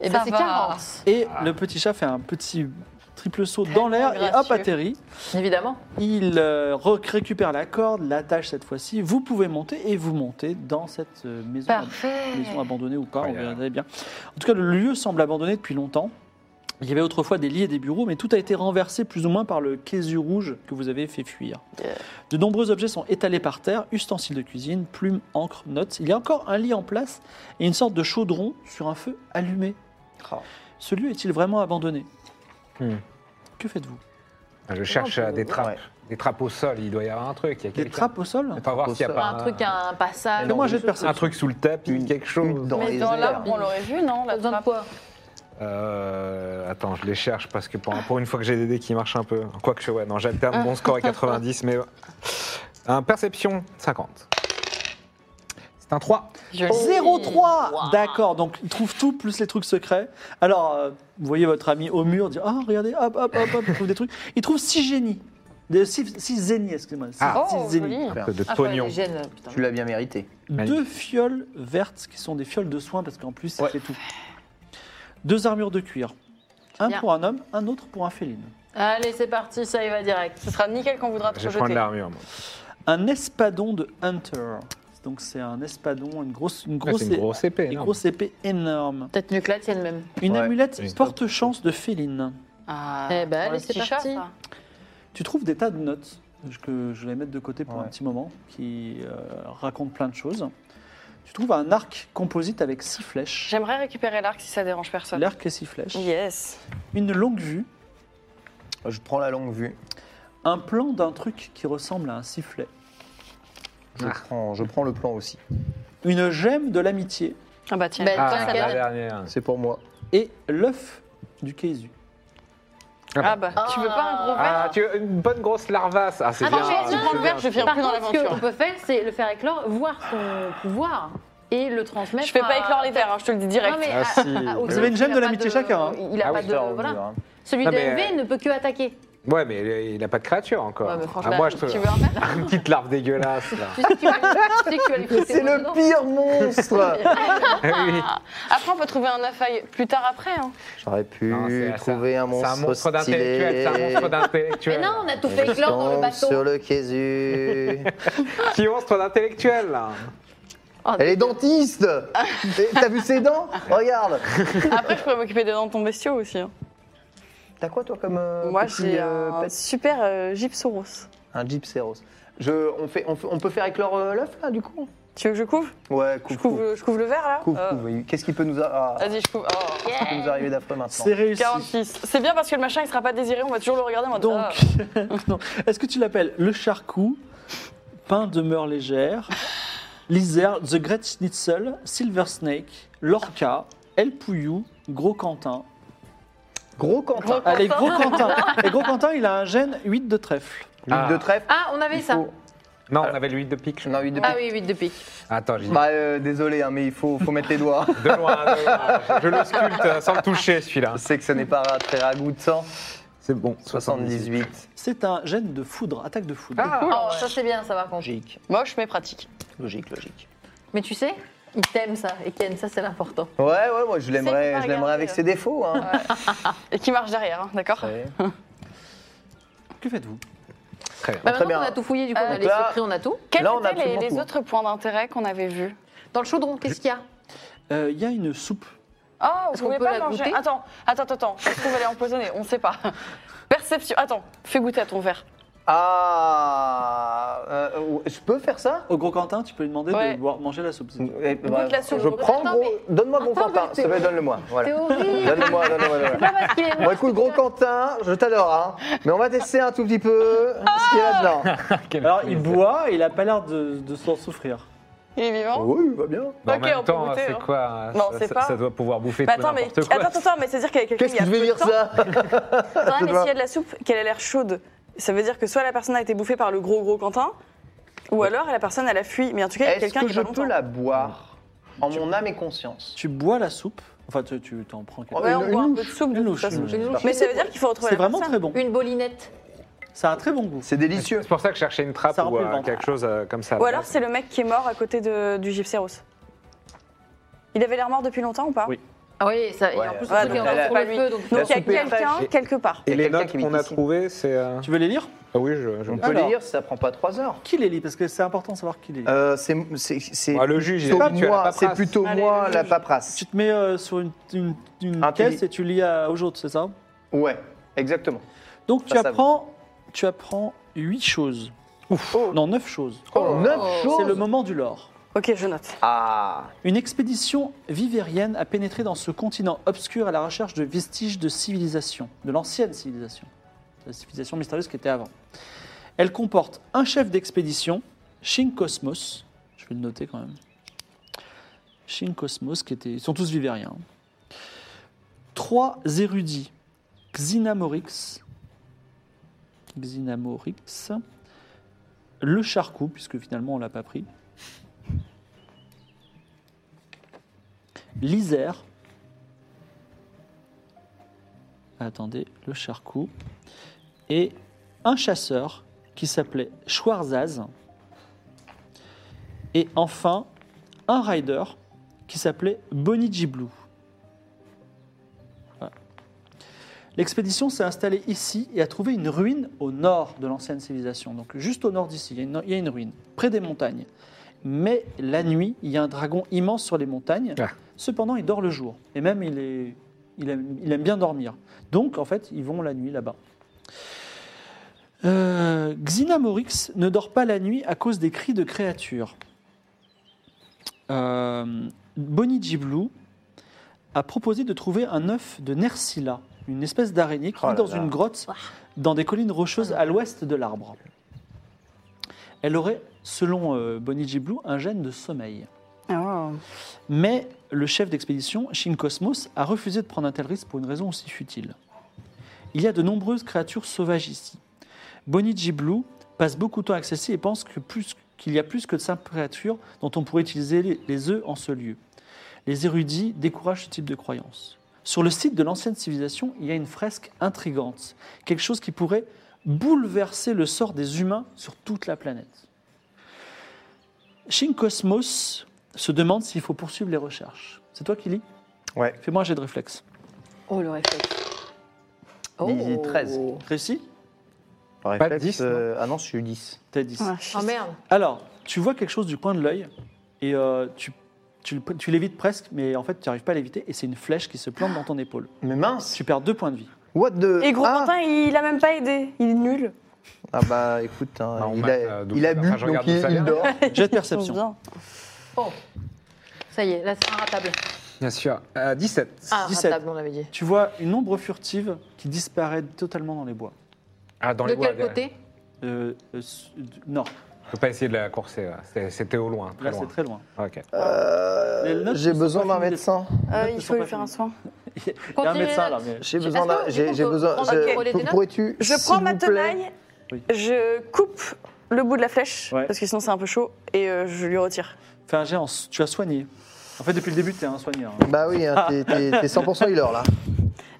S3: Et ben
S4: Ça
S3: c'est
S4: va.
S3: 40.
S1: Et le petit chat fait un petit triple saut dans l'air et hop
S4: gracieux.
S1: atterrit.
S3: Évidemment.
S1: Il euh, rec- récupère la corde, l'attache cette fois-ci. Vous pouvez monter et vous montez dans cette euh, maison,
S3: Parfait.
S1: maison abandonnée ou pas, on
S2: Incroyable.
S1: verra bien. En tout cas, le lieu semble abandonné depuis longtemps. Il y avait autrefois des lits et des bureaux, mais tout a été renversé plus ou moins par le casu rouge que vous avez fait fuir. De nombreux objets sont étalés par terre, ustensiles de cuisine, plumes, encre, notes. Il y a encore un lit en place et une sorte de chaudron sur un feu allumé.
S5: Oh.
S1: Ce lieu est-il vraiment abandonné
S2: Hmm.
S1: Que faites-vous
S2: Je cherche euh, des trappes.
S5: Ouais.
S2: Des trappes au sol. Il doit y avoir un truc. Il y a
S1: Des
S2: quelqu'un.
S1: trappes au sol
S2: Faut voir
S5: Au
S2: s'il y a
S5: sol.
S2: pas
S3: Un truc, un passage.
S5: Mais non,
S1: Fais-moi un jet de
S2: un
S1: perception.
S2: truc sous le tapis,
S5: Une-
S2: quelque chose.
S5: une dans
S4: Mais
S5: les
S4: dans
S5: airs.
S4: l'arbre, on l'aurait vu, non
S3: T'as
S4: la
S3: besoin de
S4: trappe
S3: quoi
S2: Euh, attends, je les cherche parce que pour, pour une fois que j'ai des dés qui marchent un peu. Quoique, ouais, non, j'alterne mon score est 90, mais. euh, Un perception, 50. C'est un 3.
S3: Je-
S1: 0,3
S3: Waouh.
S1: D'accord, donc il trouve tout, plus les trucs secrets. Alors, euh, vous voyez votre ami au mur dire Ah, regardez, hop, hop, hop, hop, il trouve des trucs. Il trouve 6 génies. 6 zénies, excusez-moi. six-
S2: Ah.
S1: six
S4: Oh,
S1: zénies.
S4: joli.
S2: Un peu de
S3: Ah, faut
S2: pognon.
S3: les gènes, putain.
S5: Tu l'as bien mérité.
S1: Deux fioles vertes qui sont des fioles de soins parce qu'en plus, c'est
S5: Ouais.
S1: fait tout. Deux armures de cuir. Un
S3: Bien.
S1: pour un homme, un autre pour un féline.
S3: Allez, c'est parti, ça y va direct.
S4: Ce sera nickel quand on voudra
S2: Je
S4: trop
S2: vais prendre
S4: jeter.
S2: l'armure. moi.
S1: Un espadon de Hunter. Donc, c'est un espadon, une grosse, une
S2: Ouais,
S1: grosse,
S2: Ah, C'est une grosse épée.
S1: une
S2: énorme.
S1: grosse épée énorme.
S3: Peut-être mieux que la tienne même.
S1: Une
S5: Ouais.
S1: amulette
S2: Oui.
S1: porte-chance de féline.
S4: Ah,
S3: Eh ben,
S4: pour
S3: allez,
S4: le
S3: c'est
S4: petit
S3: parti.
S4: chat, ça.
S1: Tu trouves des tas de notes que je vais mettre de côté pour un
S5: Ouais.
S1: petit moment, qui euh, racontent plein de choses. Tu trouves un arc composite avec six flèches.
S4: J'aimerais récupérer l'arc si ça dérange personne.
S1: L'arc et six flèches.
S4: Yes.
S1: Une longue vue.
S5: Je prends la longue vue.
S1: Un plan d'un truc qui ressemble à un sifflet.
S5: Je, prends, je prends le plan aussi.
S1: Une gemme de l'amitié.
S4: Ah bah tiens.
S3: Ben,
S2: Ah,
S3: toi, ça
S2: la
S3: va.
S2: dernière.
S5: C'est pour moi.
S1: Et l'œuf du Keizu.
S4: Ah bah, tu veux pas un gros verre
S2: Ah, tu veux une bonne grosse larvasse. Ah, c'est
S3: Attends,
S2: bien.
S3: je vais- je
S2: c'est
S3: prends le
S2: bien,
S4: verre, je
S2: c'est
S4: vais
S2: bien.
S3: Par
S4: plus dans
S3: contre, ce
S4: l'aventure.
S3: qu'on peut faire, c'est le faire éclore, voir son pouvoir et le transmettre.
S4: Je fais pas
S3: à-
S4: éclore les verres, hein, je te le dis direct.
S3: Non, mais
S2: Ah,
S3: à-
S2: si.
S3: à- au-
S2: Vous
S1: avez une
S3: il
S1: gemme
S3: a
S1: de
S3: pas
S1: l'amitié chacun, hein.
S3: Il a
S2: Ah
S3: pas
S2: oui,
S3: de. Voilà.
S5: hein.
S3: Celui
S2: Non,
S3: de
S2: mais-
S3: LV ne peut que attaquer.
S2: Ouais, mais il n'a pas de créature encore.
S4: Ouais, mais franchement,
S2: Ah, moi, je te...
S4: tu veux un verre
S2: Une petite larve dégueulasse. là.
S3: Tu sais que tu vas tu sais que tu vas lui foutre
S5: C'est
S3: tes doigts
S5: le pire monstre
S2: Oui.
S4: Après, on peut trouver un œuf aille- plus tard après. hein.
S5: J'aurais pu
S2: Non, c'est- c'est
S5: trouver un monstre.
S2: C'est un monstre
S5: stylé.
S2: d'intellectuel, c'est un monstre
S3: Mais
S2: d'intellectuel.
S3: non, on a tout
S5: Je
S3: fait éclore dans le
S5: tombe
S3: bateau.
S5: Sur le Kézu.
S2: Qui monstre d'intellectuel là
S5: Elle est dentiste Et T'as vu ses dents Regarde
S4: Après, je pourrais m'occuper des dents de ton bestiau aussi. hein.
S5: T'as quoi toi comme. euh,
S4: Moi,
S5: petit,
S4: j'ai
S5: euh,
S4: un
S5: pet
S4: super euh, gypsoros.
S5: Un Jeep Seros. Je, on, fait, on, fait- on peut faire éclore euh, l'œuf, là, du coup
S4: Tu veux que je couvre
S5: Ouais,
S4: je
S5: couvre,
S4: couvre,
S5: couvre.
S4: je couvre le verre là
S5: Couvre,
S4: Euh,
S5: couvre, oui. Qu'est-ce qui peut nous, a- ah,
S4: Vas-y, je couvre. Oh.
S5: qui peut nous arriver d'après maintenant
S1: C'est réussi.
S4: 46. C'est bien parce que le machin il sera pas désiré, on va toujours le regarder. Ah, On va dire,
S1: Donc, non. est-ce que tu l'appelles le charcou, pain de meur légère, lizard, the great schnitzel, silver snake, l'orca, el pouillou, gros Quentin
S5: Gros Quentin,
S1: Allez, Ah, gros Quentin Et gros Quentin, il a un gène 8 de trèfle.
S5: l'huile
S2: Ah.
S5: de trèfle.
S3: Ah, on avait
S5: il
S3: ça.
S5: faut-
S2: Non, on avait l'huile de pique. je
S5: Non, huile de
S3: Ah
S5: pique.
S3: oui, 8 de pique.
S2: Attends, j'y
S5: Bah, euh, désolé, hein, mais il faut, faut mettre les doigts.
S2: De loin, de loin. Je le sculpte euh, sans le toucher, celui-là.
S5: Je sais que ce n'est pas très ragoûtant.
S2: C'est bon,
S5: 78.
S1: C'est un gène de foudre, attaque de foudre.
S2: Ah.
S4: cool, en
S3: oh,
S4: vrai.
S3: ça c'est bien, ça va contre.
S5: Logique,
S4: Moche mais pratique.
S5: logique, logique.
S3: Mais tu sais, il t'aime ça, et Ken, ça c'est l'important.
S5: Ouais, ouais, moi je
S4: C'est
S5: l'aimerais,
S4: pas
S5: je l'aimerais
S4: regardé,
S5: avec
S4: là.
S5: ses défauts. Hein. Bah,
S4: Et qui marche derrière, hein, d'accord
S3: Bah,
S5: Ouais.
S1: Que faites-vous
S2: Très bien.
S3: Bah,
S5: très
S3: maintenant
S5: bien.
S3: qu'on a tout fouillé, du coup, on a
S5: donc
S3: les
S5: là-
S3: secrets, on a tout.
S4: Quels
S5: Là, on a
S4: étaient les,
S5: absolument
S4: les
S5: tout. hein.
S4: autres points d'intérêt qu'on avait vus
S3: Dans le chaudron, qu'est-ce qu'il y a
S1: Euh, Il y a une soupe.
S4: Ah, vous
S3: qu'on
S4: pouvez
S3: peut
S4: pas
S3: la
S4: manger
S3: goûter
S4: Attends, attends, attends, attends. Ça se trouve, elle est empoisonnée, on sait pas. Perception. Attends, fais goûter à ton verre.
S5: Ah, euh, ouais, je peux faire ça
S1: Au gros Quentin, tu peux lui demander
S4: Ouais.
S1: de boire, manger la soupe. si tu veux.
S5: Eh, bah,
S4: la soupe.
S5: Je prends
S3: Attends,
S5: gros.
S3: mais-
S5: Donne-moi gros
S3: Attends,
S5: Quentin.
S3: mais
S5: C'est
S3: t'es-
S5: vrai, donne-le-moi.
S3: T'es
S5: Voilà.
S3: horrible
S5: Donne-le-moi, donne-le-moi. donne-le-moi.
S3: Pas parce qu'il est
S5: Bon, écoute, gros Quentin, je t'adore, hein. Mais on va tester un tout petit peu ce qu'il y a
S4: Ah
S5: là-dedans.
S1: Alors, il boit et il a pas l'air de, de s'en souffrir.
S4: Ah Il est vivant
S2: Oh,
S5: Oui, va bien.
S2: Bon, en
S4: Ok, on
S2: même
S4: peut
S2: temps,
S4: goûter,
S2: c'est
S4: hein.
S2: quoi
S4: Non,
S2: ça,
S4: c'est
S2: ça-
S4: pas-
S2: ça doit pouvoir bouffer
S4: Bah
S2: tout
S4: attends, mais
S2: n'importe
S4: attends,
S2: quoi.
S4: attends, attends, mais c'est-à-dire qu'il y a quelqu'un
S5: Qu'est-ce
S4: il y a
S5: que je vais
S4: peu de
S5: dire
S4: temps.
S5: ça
S3: hein,
S4: Attends, mais
S5: dois-
S4: s'il y a de la soupe, qu'elle a l'air chaude, ça veut dire que soit la personne a été bouffée par le gros gros Quentin, ou alors la personne elle a fui. Mais en tout cas, il y a
S5: Est-ce
S4: quelqu'un
S5: que
S4: qui
S5: je
S4: va longtemps.
S5: peux la boire en mon âme et conscience
S1: Tu bois la soupe, enfin, tu tu t'en prends quelque
S4: Ouais,
S5: Une-
S4: on
S5: une
S4: boit un peu
S5: louche.
S4: de soupe de
S1: Une
S4: toute
S1: louche,
S4: façon.
S1: une
S5: louche.
S4: Mais ça veut dire qu'il faut retrouver
S1: C'est
S4: la
S1: vraiment
S4: personne.
S1: très bon.
S3: Une bolinette.
S1: Ça a un très bon goût.
S5: C'est délicieux.
S2: C'est pour ça que je cherchais une trappe
S1: Ça
S2: ou
S1: remplit le
S2: euh,
S1: ventre.
S2: quelque chose euh, comme ça.
S4: Ou alors c'est le mec qui est mort à côté de- du gypséros. Il avait l'air mort depuis longtemps ou pas
S1: Oui.
S3: Ah oui, ça, et
S5: Ouais,
S3: en plus,
S5: ouais,
S3: le truc est
S5: donc
S3: encore
S5: elle a-
S3: sur
S4: pas
S3: le
S4: lui.
S3: feu, donc
S4: Donc il y a
S5: soupe est
S4: quelqu'un
S5: fraîche.
S4: quelque part.
S2: Et
S5: Il y a
S2: les
S5: quelqu'un
S2: notes
S5: qui
S2: qu'on
S5: vit
S2: a
S5: ici.
S2: trouvées, c'est. euh,
S1: Tu veux les lire
S2: ah Oui, je. je-
S5: On peut
S1: Alors.
S5: les lire, ça prend pas trois heures.
S1: Qui les lit Parce que c'est important de savoir qui les lit.
S5: Euh, c'est c'est- c'est
S2: Ah, le juge, il est
S5: plutôt
S2: habitué à la
S5: moi,
S2: paperasse.
S5: c'est plutôt
S4: Allez,
S5: moi
S4: le
S5: la
S4: juge.
S5: paperasse.
S1: Tu te mets euh, sur une, une- une
S5: Un
S1: caisse
S5: télé-
S1: et tu lis à- aux autres, c'est ça
S5: Ouais, exactement.
S1: Donc tu
S5: Ça, ça
S1: apprends, tu apprends huit choses. Non, neuf choses.
S5: Oh, neuf
S1: C'est
S5: choses.
S1: le moment du lore.
S4: Ok, je note.
S5: Ah,
S1: Une expédition vivérienne a pénétré dans ce continent obscur à la recherche de vestiges de civilisation, de l'ancienne civilisation, la civilisation mystérieuse qui était avant. Elle comporte un chef d'expédition, Shin Cosmos, je vais le noter quand même. Shin Cosmos, qui était, ils sont tous vivériens. hein. Trois érudits, Xinamorix, Xinamorix, le Charcou, puisque finalement on l'a pas pris, l'Isère. Attendez, le charcou. Et un chasseur qui s'appelait Schwarzaz. Et enfin, un rider qui s'appelait Bonnie Giblou. Voilà. L'expédition s'est installée ici et a trouvé une ruine au nord de l'ancienne civilisation. Donc juste au nord d'ici, il y a une- il y a une ruine, près des montagnes. Mais la nuit, il y a un dragon immense sur les montagnes.
S2: Ah.
S1: Cependant, il dort le jour. Et même, il, est, il, aime, il aime bien dormir. Donc, en fait, ils vont la nuit là-bas. Euh, Xinamorix ne dort pas la nuit à cause des cris de créatures. Euh, Bonnie Giblou a proposé de trouver un œuf de Nersila, une espèce d'araignée qui
S5: Oh
S1: vit
S5: là
S1: dans
S5: là.
S1: une grotte dans des collines rocheuses à l'ouest de l'arbre. Elle aurait, selon euh, Bonnie Giblou, un gène de sommeil. Mais le chef d'expédition, Shin Cosmos, a refusé de prendre un tel risque pour une raison aussi futile. Il y a de nombreuses créatures sauvages ici. Boniji Blue passe beaucoup de temps avec celle-ci et pense que plus- qu'il y a plus que de simples créatures dont on pourrait utiliser les, les œufs en ce lieu. Les érudits découragent ce type de croyance. Sur le site de l'ancienne civilisation, il y a une fresque intrigante, quelque chose qui pourrait bouleverser le sort des humains sur toute la planète. Shin Cosmos se demande s'il faut poursuivre les recherches. C'est toi qui lis
S5: Ouais.
S1: Fais-moi un jet de réflexe.
S3: Oh, le réflexe. Oh.
S5: Lizzie, 13.
S1: Réussi
S2: Pas de 10, non
S5: euh, ah non, je suis 10.
S1: T'as 10.
S4: Ah,
S3: Oh merde.
S1: Alors, tu vois quelque chose du coin de l'œil et euh, tu, tu, le- tu l'évites presque, mais en fait, tu n'arrives pas à l'éviter et c'est une flèche qui se plante dans ton épaule.
S5: Mais mince
S1: Tu perds deux points de vie.
S5: What the
S4: Et gros
S5: Ah,
S4: Quentin, il a même pas aidé. Il est nul.
S5: Ah bah écoute, hein,
S2: Bah, on
S5: il,
S2: met,
S5: a,
S2: euh, d'où
S5: il
S2: ça
S5: a
S2: vient.
S5: bu,
S2: Enfin, je
S5: donc
S2: regarde d'où
S5: il,
S2: ça
S5: il
S2: vient.
S5: dort.
S1: Jet de
S4: Ils sont
S1: perception.
S4: bien.
S3: Oh Ça y est, là c'est un ratable.
S2: Bien sûr. Euh, 17.
S3: Ah,
S1: 17.
S3: ratable, on avait dit.
S1: Tu vois une ombre furtive qui disparaît totalement dans les bois.
S2: Ah, dans
S3: De
S2: les bois.
S3: quel côté
S1: Euh, euh, s- du- non,
S2: Je peux pas essayer de la courser. là. C'était- C'était au loin. Très
S1: là
S2: loin.
S1: c'est très loin.
S2: Ok. Ah,
S1: Les
S5: Euh,
S1: notes
S5: j'ai
S1: sont
S5: besoin
S1: pas
S5: d'un
S1: finies.
S5: médecin.
S4: Euh,
S1: Ils
S4: il
S1: sont
S4: faut lui
S1: pas
S4: faire un
S1: finis.
S4: soin.
S1: Il y a un
S3: Continue,
S1: médecin là.
S3: Nat.
S1: Mais...
S5: J'ai
S3: Est-ce
S5: besoin d'un.
S3: que-
S5: j'ai-
S3: est-ce
S5: J'ai
S3: qu'on peut
S5: besoin.
S3: prendre-
S5: je-
S3: on les
S5: pour-
S3: dénote
S5: Pourrais-tu.
S4: Je
S5: s'il
S4: prends ma
S5: vous plaît
S4: tenaille,
S1: Oui.
S4: je coupe le bout de la flèche,
S1: Ouais.
S4: parce que sinon c'est un peu chaud, et euh, je lui retire.
S1: Fais un jet en s- Tu as soigné. En fait, depuis le début, t'es un soigneur. hein.
S5: Bah oui, hein, t'es- t'es t'es 100% healer là.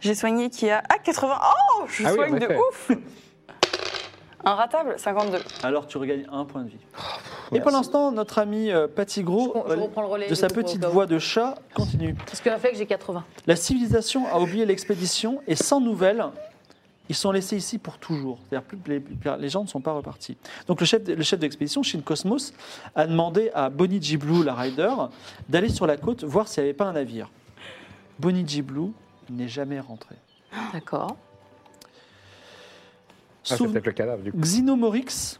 S4: J'ai soigné qui a. Ah, 80 Oh Je
S2: Ah oui, en
S4: soigne de
S2: effet.
S4: ouf Un ratable, 52.
S1: Alors, tu regagnes un point de vie. Et pour l'instant, notre ami euh, Patigros,
S3: Je reprends le relais.
S1: de sa
S3: du coup,
S1: petite
S3: au cas où.
S1: voix de chat, continue.
S3: Parce que réflexe, j'ai 80.
S1: La civilisation a oublié l'expédition et sans nouvelles, ils sont laissés ici pour toujours. C'est-à-dire plus- les, les gens ne sont pas repartis. Donc le chef, de- le chef d'expédition, Shin Cosmos, a demandé à Bonnie G. Blue, la rider, d'aller sur la côte voir s'il n'y avait pas un navire. Bonnie G. Blue n'est jamais rentrée.
S3: D'accord.
S2: Ah, c'est
S1: Souve-
S2: peut-être le cadavre du coup.
S1: Xenomorix,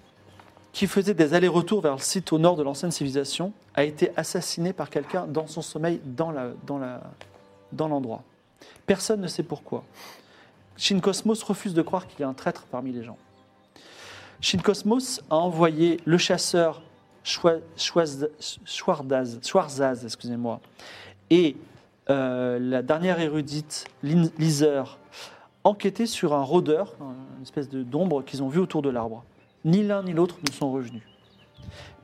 S1: qui faisait des allers-retours vers le site au nord de l'ancienne civilisation, a été assassiné par quelqu'un dans son sommeil dans l'endroit. La, dans la, dans l'endroit. Personne ne sait pourquoi. Shin Cosmos refuse de croire qu'il y a un traître parmi les gens. Shin Cosmos a envoyé le chasseur Schwa- Schwaz- Schwarzaz, Schwarzaz, excusez-moi, et euh, la dernière érudite, Lin- Lizer, enquêter sur un rôdeur, une espèce de- d'ombre qu'ils ont vue autour de l'arbre. Ni l'un ni l'autre ne sont revenus.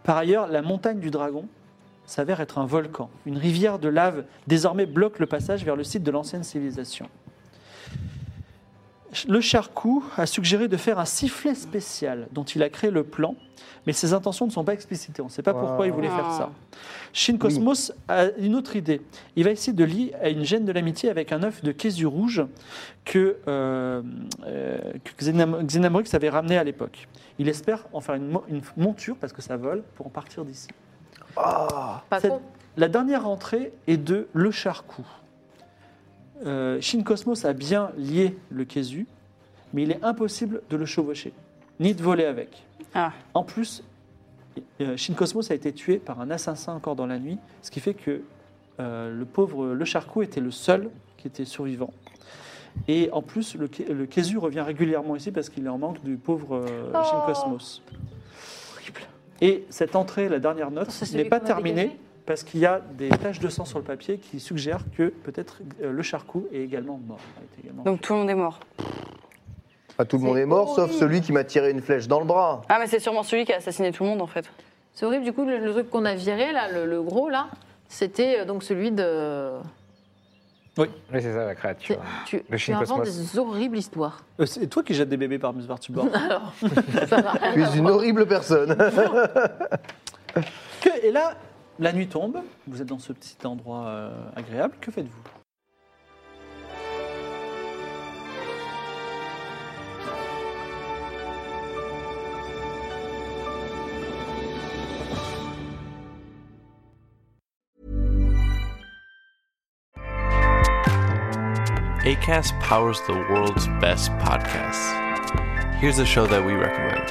S1: Par ailleurs, la montagne du dragon s'avère être un volcan. Une rivière de lave désormais bloque le passage vers le site de l'ancienne civilisation. Le Charcou a suggéré de faire un sifflet spécial dont il a créé le plan, mais ses intentions ne sont pas explicitées. On ne sait pas pourquoi il voulait faire ça. Ah. Shin Cosmos a une autre idée. Il va essayer de lier à une gêne de l'amitié avec un œuf de Kézu rouge que, euh, euh, que Xenam- Xenamorix avait ramené à l'époque. Il espère en faire une, mo- une monture, parce que ça vole, pour en partir d'ici.
S5: Ah,
S3: Pas
S1: Cette-
S3: con.
S1: La dernière rentrée est de Le Charcou. Euh, Shin Cosmos a bien lié le Kézu, mais il est impossible de le chevaucher, ni de voler avec.
S4: Ah.
S1: En plus, euh, Shin Cosmos a été tué par un assassin encore dans la nuit, ce qui fait que euh, le pauvre Le Charcou était le seul qui était survivant. Et en plus, le, Ke- le Kézu revient régulièrement ici parce qu'il est en manque du pauvre euh, Shin
S3: Oh.
S1: Cosmos. Et cette entrée, la dernière note,
S3: C'est celui
S1: n'est pas
S3: qu'on a
S1: terminée
S3: dégagé
S1: parce qu'il y a des taches de sang sur le papier qui suggèrent que peut-être euh, le charcou est également mort. a été également-
S4: Donc tout le monde est mort.
S5: Pas tout le monde
S3: C'est
S5: est mort, sauf
S3: horrible.
S5: celui qui m'a tiré une flèche dans le bras.
S4: Ah, mais c'est sûrement celui qui a assassiné tout le monde en fait.
S3: C'est horrible, du coup, le, le truc qu'on a viré, là, le, le gros, là, c'était euh, donc celui de.
S2: Oui, c'est ça la
S3: Tu,
S2: créature.
S3: tu,
S2: Le
S3: tu
S2: Shin
S3: inventes
S2: Cosmos.
S3: des horribles histoires.
S1: Euh, c'est toi qui jettes des bébés par par tu
S3: Alors, ça va.
S5: Tu es une horrible personne.
S1: Que- et là, la nuit tombe, vous êtes dans ce petit endroit euh, agréable, que faites-vous
S6: ACAST powers the world's best podcasts. Here's a show that we recommend.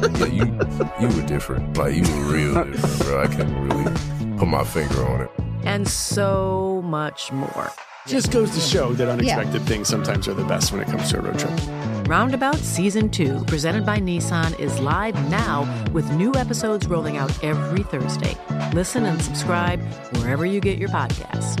S7: but you, you were different. Like you were real different, bro. I couldn't really put my finger on it.
S8: and so much more.
S9: Just goes to show that unexpected things sometimes are the best when it comes to a road trip.
S8: Roundabout Season 2, presented by Nissan, is live now with new episodes rolling out every Thursday. Listen and subscribe wherever you get your podcasts.